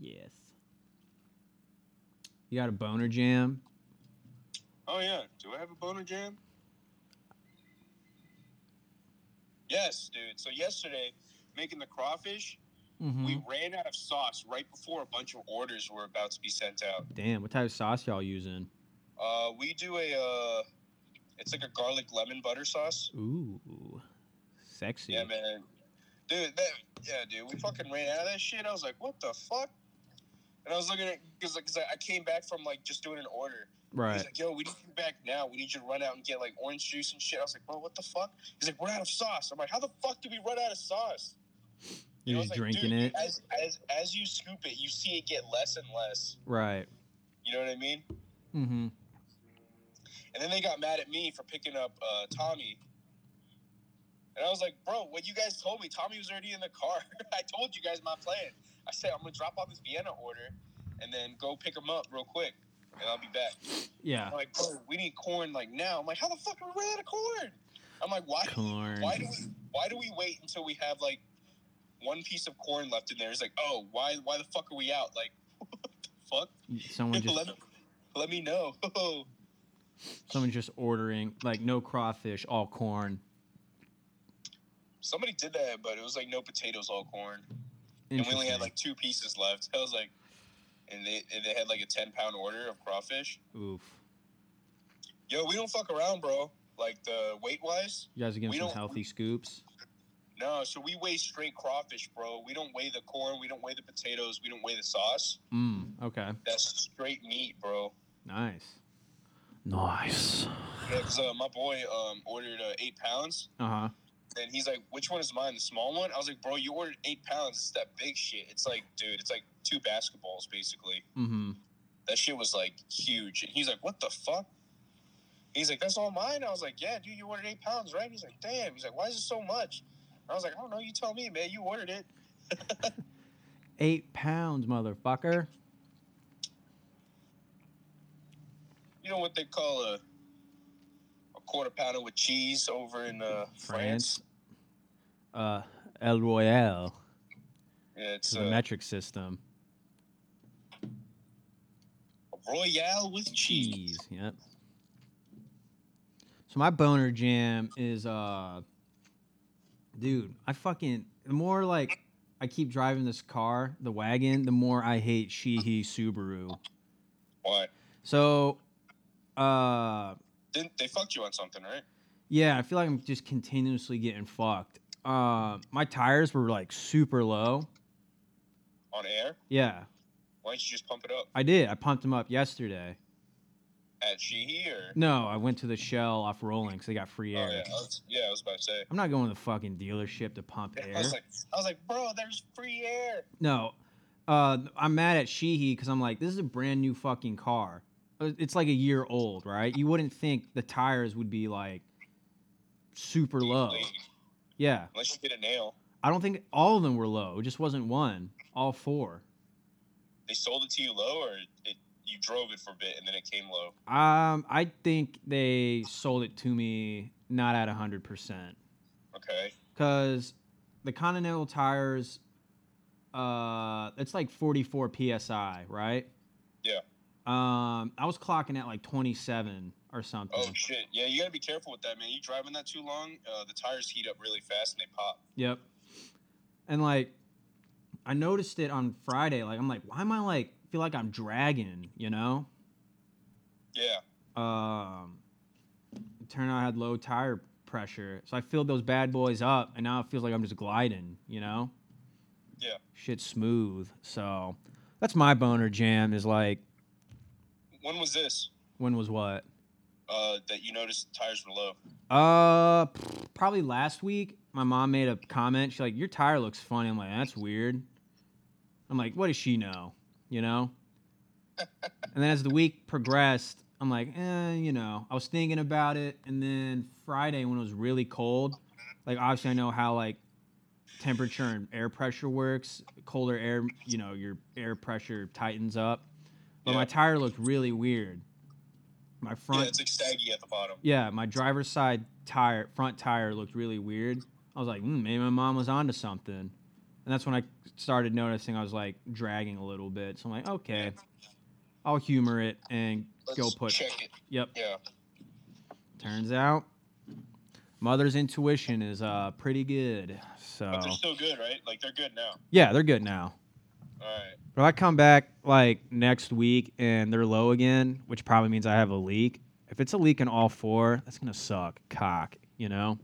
Speaker 1: Yes. You got a boner jam?
Speaker 2: Oh yeah, do I have a boner jam? Yes, dude. So yesterday, making the crawfish,
Speaker 1: Mm-hmm.
Speaker 2: we ran out of sauce right before a bunch of orders were about to be sent out.
Speaker 1: Damn, what type of sauce y'all using?
Speaker 2: Uh, we do a uh, it's like a garlic lemon butter sauce.
Speaker 1: Ooh, sexy.
Speaker 2: Yeah, man, dude, that yeah, dude, we fucking ran out of that shit. I was like, what the fuck? And I was looking at because like, 'cause I I came back from like just doing an order. He's
Speaker 1: Right.
Speaker 2: like, yo, we need you back now. We need you to run out and get like orange juice and shit. I was like, bro, what the fuck? He's like, we're out of sauce. I'm like, how the fuck do we run out of sauce? You
Speaker 1: You're
Speaker 2: know, it's
Speaker 1: just
Speaker 2: like,
Speaker 1: drinking
Speaker 2: dude,
Speaker 1: it,
Speaker 2: As, as as you scoop it, you see it get less and less.
Speaker 1: right?
Speaker 2: You know what I mean?
Speaker 1: Mm-hmm.
Speaker 2: And then they got mad at me for picking up uh, Tommy. And I was like, bro, when you guys told me, Tommy was already in the car. I told you guys my plan. I said, I'm going to drop off this Vienna order and then go pick him up real quick. And I'll be back.
Speaker 1: Yeah.
Speaker 2: I'm like, bro, we need corn like now. I'm like, how the fuck are we running out of corn? I'm like, why?
Speaker 1: Corn.
Speaker 2: Why do we? Why do we wait until we have like one piece of corn left in there? It's like, oh, why? Why the fuck are we out? Like, what the fuck?
Speaker 1: Someone just
Speaker 2: let, let me know. Oh,
Speaker 1: someone's just ordering like no crawfish, all corn.
Speaker 2: Somebody did that, but it was like no potatoes, all corn, and we
Speaker 1: Interesting.
Speaker 2: only had like two pieces left. I was like, and they and they had like a ten pound order of crawfish.
Speaker 1: Oof.
Speaker 2: Yo, we don't fuck around, bro. Like the weight wise,
Speaker 1: You guys are
Speaker 2: we
Speaker 1: getting some
Speaker 2: don't-
Speaker 1: healthy scoops.
Speaker 2: no. So we weigh straight crawfish, bro. We don't weigh the corn. We don't weigh the potatoes. We don't weigh the sauce.
Speaker 1: Mm. Okay.
Speaker 2: That's straight meat, bro.
Speaker 1: Nice. Nice.
Speaker 2: Yeah, 'cause, uh, my boy um, ordered uh, eight pounds,
Speaker 1: Uh huh.
Speaker 2: and he's like, "Which one is mine? The small one?" I was like, "Bro, you ordered eight pounds. It's that big shit. It's like, dude, it's like two basketballs basically.
Speaker 1: Mm-hmm.
Speaker 2: That shit was like huge." And he's like, "What the fuck?" He's like, "That's all mine." I was like, "Yeah, dude, you ordered eight pounds, right?" He's like, "Damn." He's like, "Why is it so much?" I was like, "I don't know. You tell me, man. You ordered it."
Speaker 1: Eight pounds, motherfucker.
Speaker 2: You know what they call a a quarter pounder with cheese over in uh,
Speaker 1: France.
Speaker 2: France?
Speaker 1: Uh, El Royale.
Speaker 2: Yeah,
Speaker 1: It's
Speaker 2: it's
Speaker 1: the
Speaker 2: uh,
Speaker 1: metric system.
Speaker 2: royale with cheese.
Speaker 1: Cheese. Yep. So my boner jam is uh, dude. I fucking the more like I keep driving this car, the wagon, the more I hate Sheehy Subaru.
Speaker 2: Why?
Speaker 1: So, uh,
Speaker 2: Didn't they fucked you on something, right?
Speaker 1: yeah, I feel like I'm just continuously getting fucked. Uh, my tires were like super low.
Speaker 2: on air.
Speaker 1: Yeah,
Speaker 2: Why don't you just pump it up
Speaker 1: I did. I pumped them up yesterday.
Speaker 2: at Sheehy or?
Speaker 1: No, I went to the Shell off rolling because they got free air.
Speaker 2: Oh, yeah, I was, yeah, I was about to say.
Speaker 1: I'm not going to the fucking dealership to pump
Speaker 2: I
Speaker 1: air.
Speaker 2: was like, I was like, bro, there's free air.
Speaker 1: no, uh, I'm mad at Sheehy because I'm like, this is a brand new fucking car. Uh, It's like a year old, right? You wouldn't think the tires would be like super low.
Speaker 2: Like,
Speaker 1: Yeah,
Speaker 2: unless you get a nail,
Speaker 1: I don't think all of them were low. It just wasn't one. All four.
Speaker 2: they sold it to you low, or it, you drove it for a bit and then it came low.
Speaker 1: Um, I think they sold it to me not at hundred percent.
Speaker 2: Okay,
Speaker 1: because the Continental tires, uh, it's like 44 psi, right?
Speaker 2: Yeah.
Speaker 1: Um, I was clocking at like 27 or something.
Speaker 2: oh shit, yeah, you gotta be careful with that, man. You driving that too long, uh, the tires heat up really fast and they pop.
Speaker 1: Yep. And like, I noticed it on Friday. Like, I'm like, why am I like feel like I'm dragging? You know.
Speaker 2: Yeah,
Speaker 1: Um, it turned out I had low tire pressure, so I filled those bad boys up, and now it feels like I'm just gliding. You know.
Speaker 2: Yeah.
Speaker 1: Shit's smooth. So that's my boner jam. Is like
Speaker 2: when was this?
Speaker 1: when was what?
Speaker 2: Uh, that you noticed the tires were low.
Speaker 1: Uh, probably last week. My mom made a comment. She's like, "Your tire looks funny." I'm like, "That's weird." I'm like, "What does she know?" You know. and then as the week progressed, I'm like, "Eh, you know." I was thinking about it, and then Friday when it was really cold, like obviously I know how like temperature and air pressure works. Colder air, you know, your air pressure tightens up. But my
Speaker 2: Yeah.
Speaker 1: tire looked really weird. My front
Speaker 2: Yeah, it's like saggy at the bottom.
Speaker 1: yeah, my driver's side tire, front tire looked really weird. I was like, mm, maybe my mom was onto something. And that's when I started noticing I was like dragging a little bit. So I'm like, okay, I'll humor it and
Speaker 2: Let's
Speaker 1: go put.
Speaker 2: Check it.
Speaker 1: Yep.
Speaker 2: Yeah,
Speaker 1: Turns out mother's intuition is uh pretty good. So
Speaker 2: but
Speaker 1: Oh.
Speaker 2: they're still good, right? Like they're good now.
Speaker 1: yeah, they're good now.
Speaker 2: All right.
Speaker 1: But if I come back like next week and they're low again, which probably means I have a leak. If it's a leak in all four, that's gonna suck cock. You know.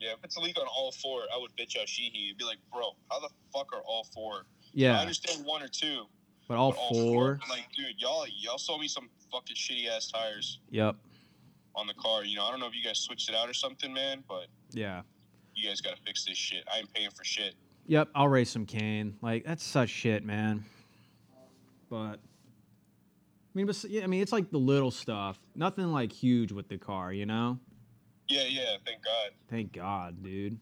Speaker 2: Yeah, if it's a leak on all four, I would bitch out Sheehy and be like, bro, how the fuck are all four? I
Speaker 1: Yeah,
Speaker 2: understand one or two.
Speaker 1: but all
Speaker 2: but
Speaker 1: four.
Speaker 2: I'm Like, dude, y'all y'all sold me some fucking shitty ass tires
Speaker 1: Yep.
Speaker 2: on the car. You know, I don't know if you guys switched it out or something, man, but
Speaker 1: Yeah.
Speaker 2: you guys gotta fix this shit. I ain't paying for shit.
Speaker 1: Yep, I'll raise some cane. Like that's such shit, man. But I mean, but yeah, I mean, it's like the little stuff. Nothing like huge with the car, you know.
Speaker 2: Yeah, yeah. Thank God.
Speaker 1: Thank God, dude.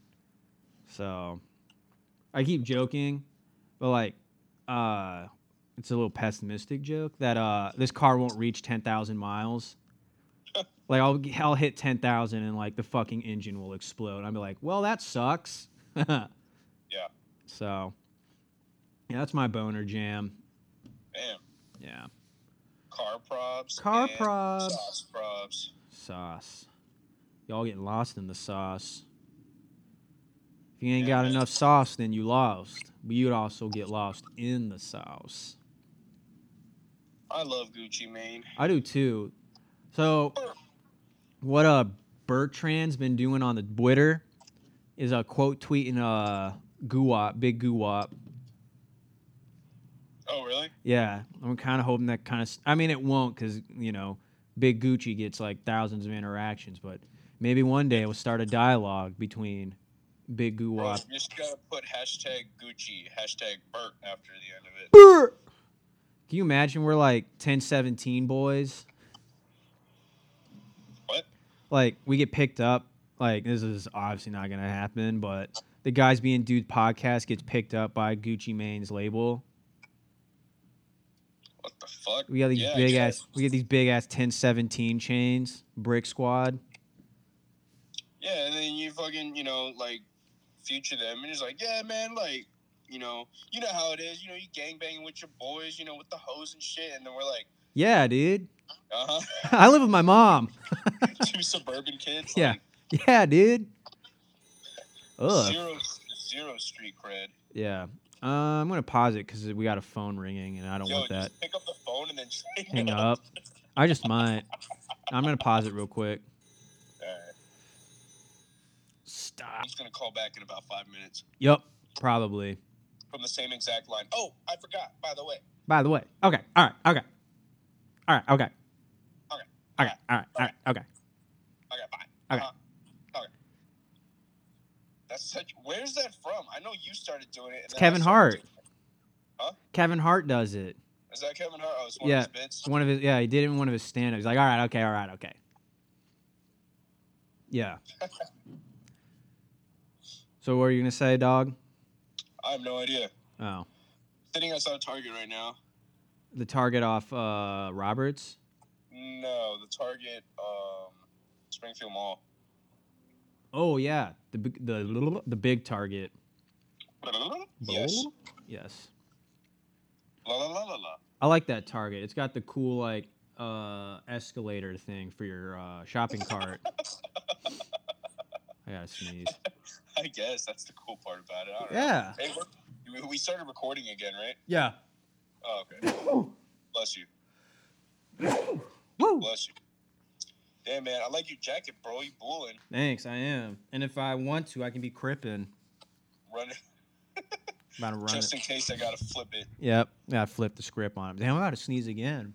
Speaker 1: So I keep joking, but like uh it's a little pessimistic joke that uh this car won't reach 10,000 miles. like I'll I'll hit 10,000 and like the fucking engine will explode. I'll be like, "Well, that sucks." yeah. So yeah, that's my boner jam.
Speaker 2: Damn.
Speaker 1: Yeah.
Speaker 2: Car props.
Speaker 1: Car
Speaker 2: and
Speaker 1: probs.
Speaker 2: Sauce props.
Speaker 1: Sauce. Y'all getting lost in the sauce. If you ain't
Speaker 2: Yeah,
Speaker 1: got
Speaker 2: man.
Speaker 1: enough sauce, then you lost. But you'd also get lost in the sauce.
Speaker 2: I love Gucci Mane.
Speaker 1: I do too. So, what uh Bertrand's been doing on the Twitter is a uh, quote tweeting uh Guwap, big Guwap.
Speaker 2: Oh, really?
Speaker 1: Yeah, I'm kind of hoping that kind of. I mean, it won't because you know, Big Gucci gets like thousands of interactions, but maybe one day we'll start a dialogue between Big
Speaker 2: Bro,
Speaker 1: Guwap.
Speaker 2: you just gotta put hashtag Gucci, hashtag Burt after the end of it.
Speaker 1: Brr! Can you imagine we're like 1017 boys?
Speaker 2: What?
Speaker 1: Like we get picked up. Like this is obviously not gonna happen, but the guys being dude podcast gets picked up by Gucci Mane's label.
Speaker 2: What the fuck?
Speaker 1: We got these
Speaker 2: Yeah, I
Speaker 1: big
Speaker 2: guess.
Speaker 1: ass. We get these big ass 1017 chains. Brick Squad.
Speaker 2: Yeah, and then you fucking, you know, like, future them, and it's like, yeah, man, like, you know, you know how it is, you know, you gangbanging with your boys, you know, with the hoes and shit, and then we're like,
Speaker 1: Yeah, dude.
Speaker 2: uh
Speaker 1: I live with my mom.
Speaker 2: huh, two suburban kids,
Speaker 1: Yeah. Yeah, dude.
Speaker 2: like,
Speaker 1: Ugh.
Speaker 2: zero, zero street cred.
Speaker 1: Yeah. Uh, I'm gonna pause it because we got a phone ringing and I don't
Speaker 2: Yo,
Speaker 1: want that.
Speaker 2: just pick up the phone and then just
Speaker 1: Hang up. I just might. I'm gonna pause it real quick.
Speaker 2: All right,
Speaker 1: Stop.
Speaker 2: I'm just gonna call back in about five minutes
Speaker 1: Yup. Probably.
Speaker 2: from the same exact line. Oh, I forgot, by the way.
Speaker 1: By the way. Okay. All right. Okay. All right. Okay.
Speaker 2: Okay.
Speaker 1: Okay. All right. All right. Okay.
Speaker 2: Okay, bye.
Speaker 1: Okay.
Speaker 2: Uh-huh. Okay. That's such. Where's that from? I know you started doing it. and
Speaker 1: It's
Speaker 2: then I
Speaker 1: Kevin
Speaker 2: started
Speaker 1: Hart.
Speaker 2: doing it. Huh?
Speaker 1: Kevin Hart does it.
Speaker 2: Is that Kevin Hart? Oh, it's one
Speaker 1: Yeah.
Speaker 2: of his bits.
Speaker 1: It's one of his. Yeah, he did it in one of his stand-ups. He's like, all right. Okay. All right. Okay. Yeah. so what are you gonna say, dog?
Speaker 2: I have no idea.
Speaker 1: Oh.
Speaker 2: Sitting outside Target right now.
Speaker 1: the target off uh, Roberts.
Speaker 2: No, the Target, um, Springfield Mall.
Speaker 1: Oh yeah, the big- the the big target.
Speaker 2: Yes.
Speaker 1: Yes,
Speaker 2: La la la la la.
Speaker 1: I like that target. It's got the cool like uh, escalator thing for your uh, shopping cart. I gotta sneeze.
Speaker 2: I guess that's the cool part about it. I don't know.
Speaker 1: Yeah.
Speaker 2: Hey, we're- we started recording again, right?
Speaker 1: Yeah.
Speaker 2: Oh, okay. Bless you.
Speaker 1: Woo.
Speaker 2: Bless you. Damn, man, I like your jacket, bro. You bulling.
Speaker 1: Thanks. I am. And if I want to, I can be crippin.
Speaker 2: Running.
Speaker 1: About to run
Speaker 2: Just
Speaker 1: it.
Speaker 2: in case I gotta flip it.
Speaker 1: Yep. Yeah, I flipped the script on him. Damn, I'm about to sneeze again.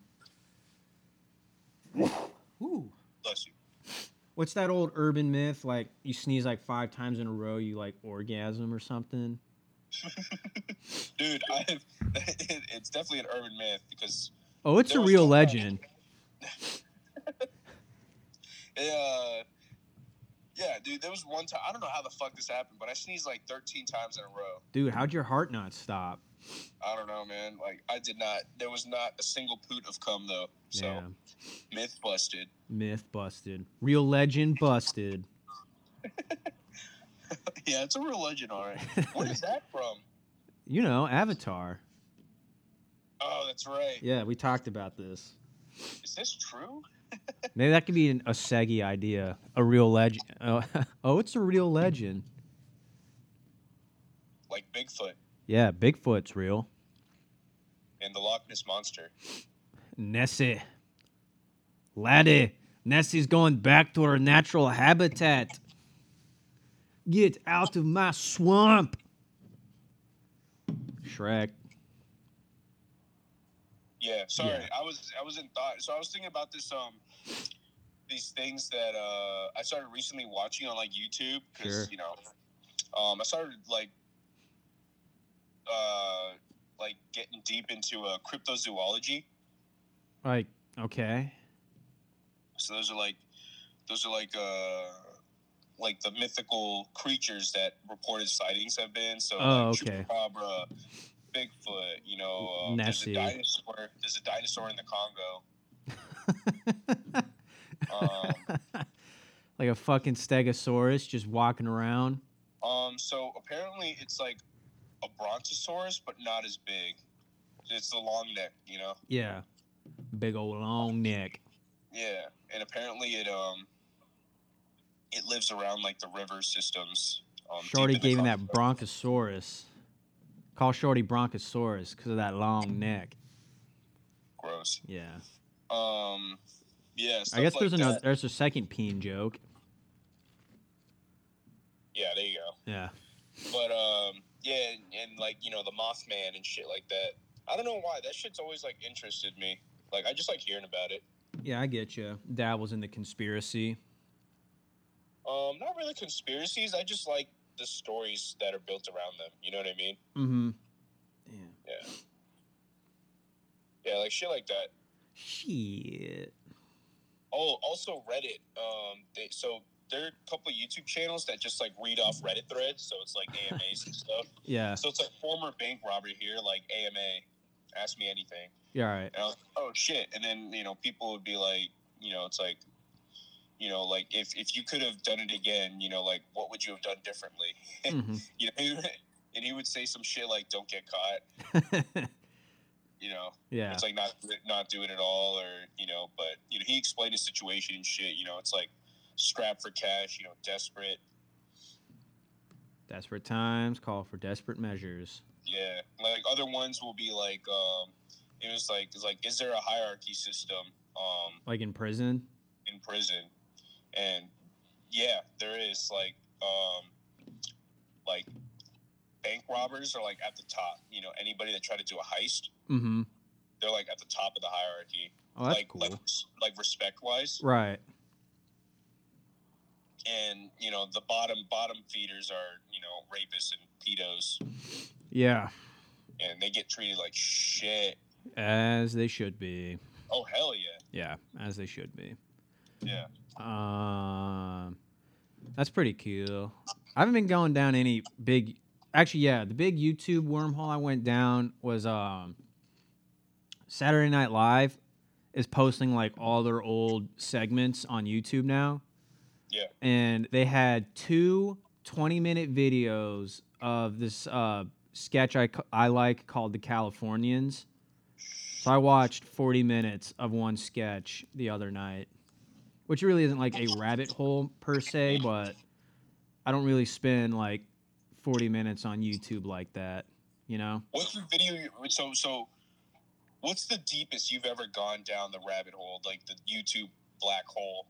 Speaker 1: Ooh.
Speaker 2: Bless you.
Speaker 1: What's that old urban myth? Like you sneeze like five times in a row, you like orgasm or something.
Speaker 2: Dude, I have. It's definitely an urban myth because
Speaker 1: Oh, it's
Speaker 2: There
Speaker 1: a
Speaker 2: was
Speaker 1: real
Speaker 2: some-
Speaker 1: legend.
Speaker 2: Uh, yeah, dude, there was one time I don't know how the fuck this happened, but I sneezed like 13 times in a row.
Speaker 1: Dude, how'd your heart not stop?
Speaker 2: I don't know, man. Like I did not. There was not a single poot of cum though. So
Speaker 1: Yeah.
Speaker 2: myth busted.
Speaker 1: Myth busted. Real legend busted.
Speaker 2: yeah, it's a real legend, all right. Where is that from?
Speaker 1: You know, Avatar.
Speaker 2: Oh, that's right.
Speaker 1: Yeah, we talked about this.
Speaker 2: Is this true?
Speaker 1: Maybe that could be an, a Segi idea. A real legend. Oh, oh, it's a real legend.
Speaker 2: Like Bigfoot
Speaker 1: Yeah, Bigfoot's real.
Speaker 2: and the Loch Ness monster.
Speaker 1: Nessie. Laddie, Nessie's going back to her natural habitat. Get out of my swamp. Shrek.
Speaker 2: Yeah, sorry.
Speaker 1: Yeah.
Speaker 2: I was I was in thought. So I was thinking about this um these things that uh I started recently watching on like YouTube because
Speaker 1: Sure.
Speaker 2: you know um I started like uh, like getting deep into uh, cryptozoology.
Speaker 1: Like, okay.
Speaker 2: So those are like those are like uh, like the mythical creatures that reported sightings have been. So
Speaker 1: Oh,
Speaker 2: like
Speaker 1: okay.
Speaker 2: chupacabra, Bigfoot. You know, uh, there's
Speaker 1: Nessie.
Speaker 2: a dinosaur. There's a dinosaur in the Congo. Um,
Speaker 1: like a fucking stegosaurus just walking around.
Speaker 2: Um, so apparently it's like a brontosaurus, but not as big. It's the long neck, you know.
Speaker 1: Yeah. Big old long neck.
Speaker 2: Yeah, and apparently it um it lives around like the river systems. Um, deep
Speaker 1: Shorty
Speaker 2: in the
Speaker 1: gave him that
Speaker 2: Congo.
Speaker 1: bronchosaurus. Call Shorty bronchosaurus because of that long neck.
Speaker 2: Gross.
Speaker 1: Yeah.
Speaker 2: Um, yeah.
Speaker 1: I
Speaker 2: stuff
Speaker 1: guess
Speaker 2: like
Speaker 1: there's
Speaker 2: that.
Speaker 1: another. There's a second peen joke.
Speaker 2: Yeah, there you go.
Speaker 1: Yeah.
Speaker 2: But um, yeah, and, and like you know the Mothman and shit like that. I don't know why that shit's always like interested me. Like I just like hearing about it.
Speaker 1: Yeah, I get you. Dabbles in the conspiracy.
Speaker 2: Um, not really conspiracies. I just like the stories that are built around them. You know what I mean?
Speaker 1: Mm-hmm. Yeah.
Speaker 2: Yeah, like shit like that.
Speaker 1: Shit.
Speaker 2: Oh, also Reddit. Um, they so there are a couple of YouTube channels that just like read off Reddit threads. So it's like AMAs and stuff.
Speaker 1: Yeah.
Speaker 2: So it's like former bank robber here, like AMA. Ask me anything.
Speaker 1: Yeah. All right.
Speaker 2: And I was like, oh shit. And then you know people would be like, you know, it's like, you know, like if if you could have done it again, you know, like what would you have done differently?
Speaker 1: Mm-hmm.
Speaker 2: you know, and he would say some shit like, don't get caught. You know,
Speaker 1: yeah.
Speaker 2: It's like not not do it at all, or you know. But you know, he explained his situation and shit. You know, it's like strapped for cash. You know, desperate.
Speaker 1: Desperate times call for desperate measures.
Speaker 2: Yeah, like other ones will be like, um, it was like it's like, is there a hierarchy system um,
Speaker 1: Like in prison.
Speaker 2: in prison? And yeah, there is. Like, um, like bank robbers are like at the top. You know, anybody that tried to do a heist,
Speaker 1: Mm-hmm.
Speaker 2: they're like at the top of the hierarchy.
Speaker 1: Oh, that's
Speaker 2: like,
Speaker 1: cool.
Speaker 2: like like respect wise.
Speaker 1: right.
Speaker 2: and you know the bottom bottom feeders are you know rapists and pedos
Speaker 1: Yeah.
Speaker 2: and they get treated like shit
Speaker 1: As they should be.
Speaker 2: oh hell yeah
Speaker 1: Yeah. As they should be.
Speaker 2: yeah
Speaker 1: Um, that's pretty cool. I haven't been going down any big. Actually, yeah, the big YouTube wormhole I went down was um, Saturday Night Live is posting like all their old segments on YouTube now.
Speaker 2: Yeah.
Speaker 1: And they had two 20 minute videos of this uh, sketch I, c- I like called The Californians. So I watched 40 minutes of one sketch the other night which really isn't like a rabbit hole per se, but I don't really spend like 40 minutes on YouTube like that, you know?
Speaker 2: what's the video you- so so what's the deepest you've ever gone down the rabbit hole like the youtube black hole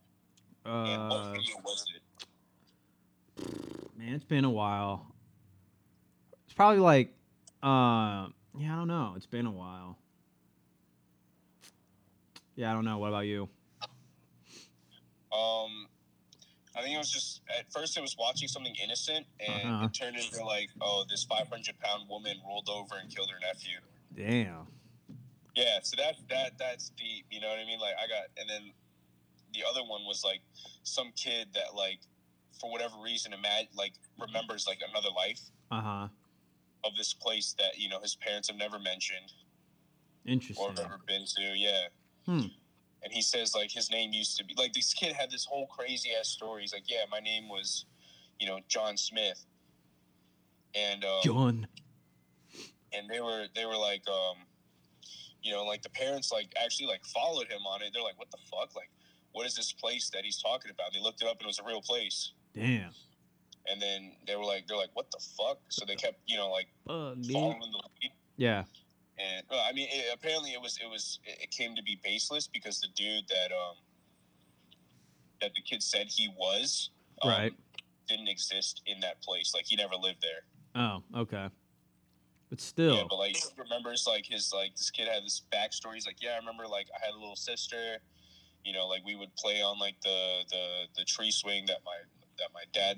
Speaker 2: and what
Speaker 1: Uh,
Speaker 2: video was it
Speaker 1: man, it's been a while. It's probably like, uh, yeah, I don't know. It's been a while. Yeah, I don't know. What about you?
Speaker 2: um I think it was just at first it was watching something innocent and
Speaker 1: Uh-huh.
Speaker 2: it turned into like oh this 500 pound woman rolled over and killed her nephew
Speaker 1: Damn.
Speaker 2: Yeah, so that that that's deep. You know what I mean? Like I got, and then the other one was like some kid that like for whatever reason imagine like remembers like another life
Speaker 1: Uh huh.
Speaker 2: of this place that you know his parents have never mentioned or
Speaker 1: Interesting.
Speaker 2: have never been to. Yeah.
Speaker 1: Hmm.
Speaker 2: And he says like his name used to be like this kid had this whole crazy ass story. He's like, yeah, my name was, you know, John Smith. And um,
Speaker 1: John.
Speaker 2: and they were they were like um you know like the parents like actually like followed him on it they're like what the fuck like what is this place that he's talking about they looked it up and it was a real place
Speaker 1: Damn.
Speaker 2: and then they were like they're like what the fuck so they kept you know like
Speaker 1: Fuck, dude.
Speaker 2: following the lead
Speaker 1: Yeah.
Speaker 2: and well, i mean it, apparently it was it was it it came to be baseless because the dude that um that the kid said he was um,
Speaker 1: Right.
Speaker 2: didn't exist in that place like he never lived there
Speaker 1: Oh, okay. But
Speaker 2: Yeah,
Speaker 1: still.
Speaker 2: but like he remembers like his like this kid had this backstory. He's like, yeah, I remember like I had a little sister. You know, like we would play on like the the the tree swing that my that my dad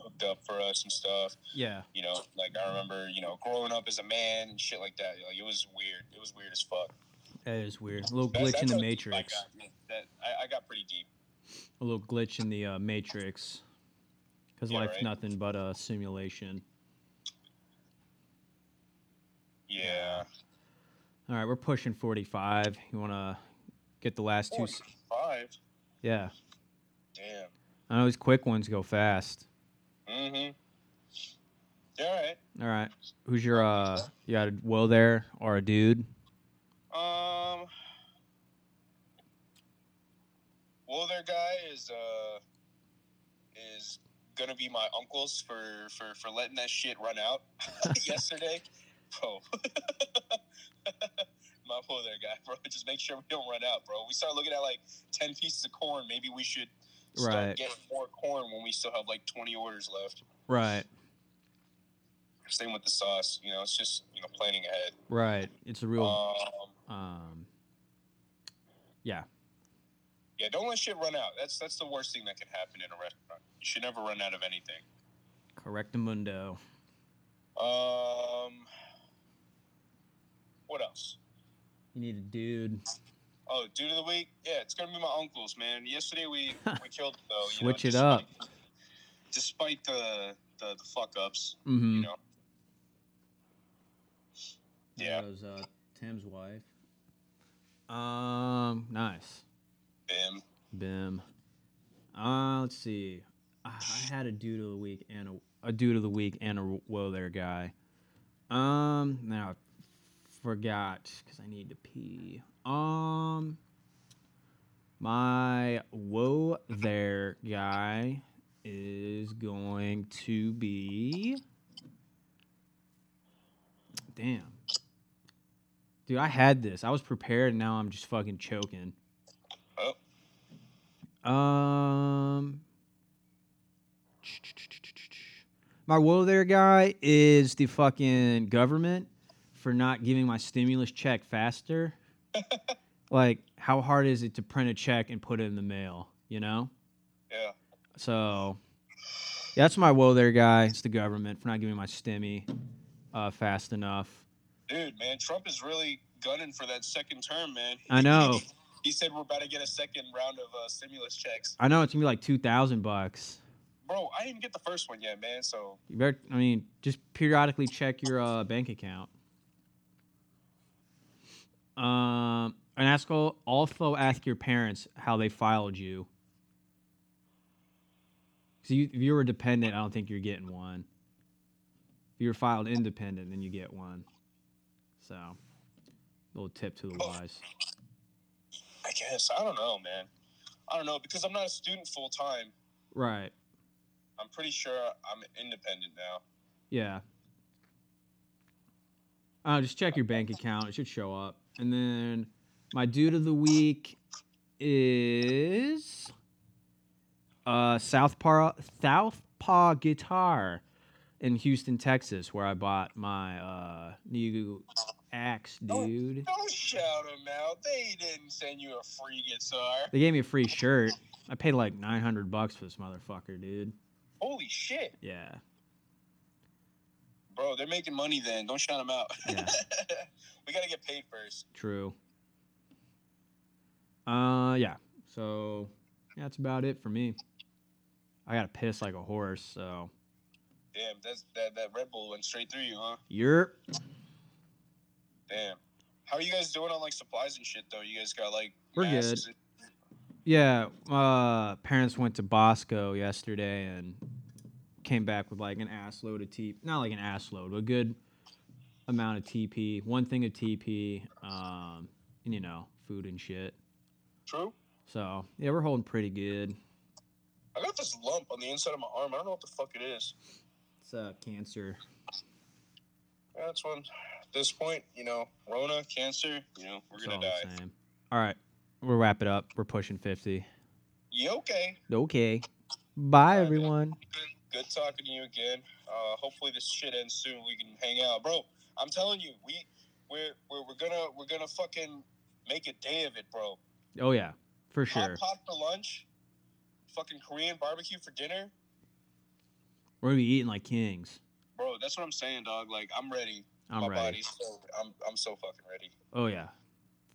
Speaker 2: cooked up for us and stuff.
Speaker 1: Yeah.
Speaker 2: You know, like I remember, you know, growing up as a man and shit like that. Like it was weird. It was weird as fuck.
Speaker 1: That is weird. A little
Speaker 2: That's-
Speaker 1: glitch in
Speaker 2: that's
Speaker 1: the
Speaker 2: how deep I
Speaker 1: matrix.
Speaker 2: got. That I, I got pretty deep.
Speaker 1: A little glitch in the uh, matrix. Because
Speaker 2: Yeah,
Speaker 1: life's
Speaker 2: right.
Speaker 1: nothing but a simulation.
Speaker 2: Yeah.
Speaker 1: All right, we're pushing 45. You want to get the last two? s-
Speaker 2: Forty-five.
Speaker 1: Yeah.
Speaker 2: Damn.
Speaker 1: I know these quick ones go fast.
Speaker 2: Mm-hmm. All right.
Speaker 1: All right. Who's your, uh, you got a Will there or a dude?
Speaker 2: Um. Well, their guy is uh is gonna be my uncle's for for for letting that shit run out yesterday, bro. my poor there guy, bro. Just make sure we don't run out, bro. We start looking at like ten pieces of corn. Maybe we should start
Speaker 1: Right.
Speaker 2: getting more corn when we still have like twenty orders left.
Speaker 1: Right.
Speaker 2: Same with the sauce. You know, it's just you know planning ahead.
Speaker 1: Right. It's a real,
Speaker 2: Um,
Speaker 1: um,
Speaker 2: Yeah, don't let shit run out. That's that's the worst thing that can happen in a restaurant. You should never run out of anything.
Speaker 1: correctamundo.
Speaker 2: Um, what else?
Speaker 1: You need a dude.
Speaker 2: Oh, dude of the week. Yeah, it's gonna be my uncle's man. Yesterday we we killed it, though.
Speaker 1: Switch it
Speaker 2: you know,
Speaker 1: up.
Speaker 2: despite- Despite the the, the fuck ups,
Speaker 1: Mm hmm.
Speaker 2: you know. Yeah,
Speaker 1: was uh, Tim's wife. Um, nice.
Speaker 2: bim.
Speaker 1: Bim. Uh, let's see. I I had a dude of the week and a, a dude of the week and a whoa there guy. Um, now I forgot because I need to pee. Um, my whoa there guy is going to be. Damn. Dude, I had this. I was prepared, and now I'm just fucking choking.
Speaker 2: Oh,
Speaker 1: Um, my whoa there guy is the fucking government for not giving my stimulus check faster. like, how hard is it to print a check and put it in the mail? You know.
Speaker 2: yeah.
Speaker 1: So that's my whoa there guy. It's the government for not giving my stimmy uh, fast enough.
Speaker 2: Dude, man, Trump is really gunning for that second term, man.
Speaker 1: I know.
Speaker 2: He said we're about to get a second round of uh, stimulus checks.
Speaker 1: I know it's gonna be like two thousand bucks.
Speaker 2: Bro, I didn't even get the first one yet, man. So
Speaker 1: You better. I mean, just periodically check your uh, bank account. Um, and ask al- also ask your parents how they filed you. So you, if you were dependent, I don't think you're getting one. If you're filed independent, then you get one. So, little tip to the wise.
Speaker 2: I guess I don't know, man. I don't know because I'm not a student full time.
Speaker 1: Right.
Speaker 2: I'm pretty sure I'm independent now.
Speaker 1: Yeah. Uh, just check your bank account. It should show up. And then my dude of the week is uh, Southpaw Southpaw Guitar in Houston, Texas, where I bought my uh, new axe, dude.
Speaker 2: Don't shout them out. They didn't send you a free guitar.
Speaker 1: They gave me a free shirt. I paid like 900 bucks for this motherfucker, dude.
Speaker 2: Holy shit,
Speaker 1: Yeah.
Speaker 2: bro! They're making money. Then don't shout them out.
Speaker 1: Yeah.
Speaker 2: we gotta get paid first.
Speaker 1: True. Uh, yeah. So yeah, that's about it for me. I gotta piss like a horse. So
Speaker 2: Damn, that's that that Red Bull went straight through you, huh?
Speaker 1: you're
Speaker 2: Damn. How are you guys doing on like supplies and shit though? You guys got like
Speaker 1: We're
Speaker 2: masks and-
Speaker 1: yeah. Uh, parents went to Bosco yesterday and came back with like an ass load of TP. Not like an ass load, but a good amount of TP. One thing of TP. Um, and you know, food and shit.
Speaker 2: True.
Speaker 1: So yeah, we're holding pretty good.
Speaker 2: I got this lump on the inside of my arm. I don't know what the fuck it is.
Speaker 1: It's uh, cancer.
Speaker 2: Yeah, That's one. At this point, you know, Rona, cancer, you know, we're
Speaker 1: It's
Speaker 2: gonna
Speaker 1: all
Speaker 2: die.
Speaker 1: the same. All right, we'll wrap it up. We're pushing fifty.
Speaker 2: You okay?
Speaker 1: Okay. Bye,
Speaker 2: Alright,
Speaker 1: everyone.
Speaker 2: Good talking to you again. Uh, hopefully this shit ends soon. We can hang out, bro. I'm telling you, we we're we're, we're gonna we're gonna fucking make a day of it, bro.
Speaker 1: Oh, yeah, for
Speaker 2: Hot
Speaker 1: sure.
Speaker 2: pot for lunch, fucking Korean barbecue for dinner.
Speaker 1: We're gonna be eating like kings.
Speaker 2: bro. That's what I'm saying, dog. Like I'm ready.
Speaker 1: I'm
Speaker 2: My
Speaker 1: ready.
Speaker 2: body's so I'm I'm so fucking ready.
Speaker 1: Oh yeah,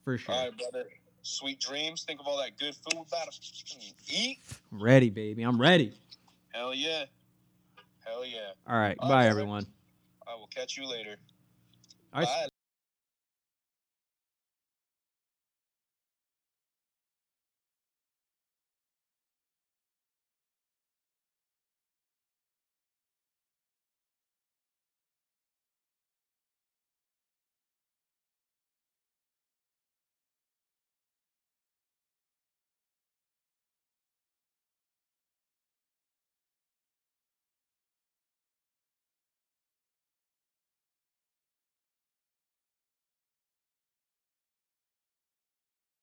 Speaker 1: for sure.
Speaker 2: All right, brother. Sweet dreams. Think of all that good food. About to eat.
Speaker 1: I'm ready, baby. I'm ready.
Speaker 2: Hell yeah. Hell yeah.
Speaker 1: All right,
Speaker 2: All right,
Speaker 1: bye
Speaker 2: brother.
Speaker 1: everyone.
Speaker 2: I will catch you later.
Speaker 1: All right,
Speaker 2: Bye.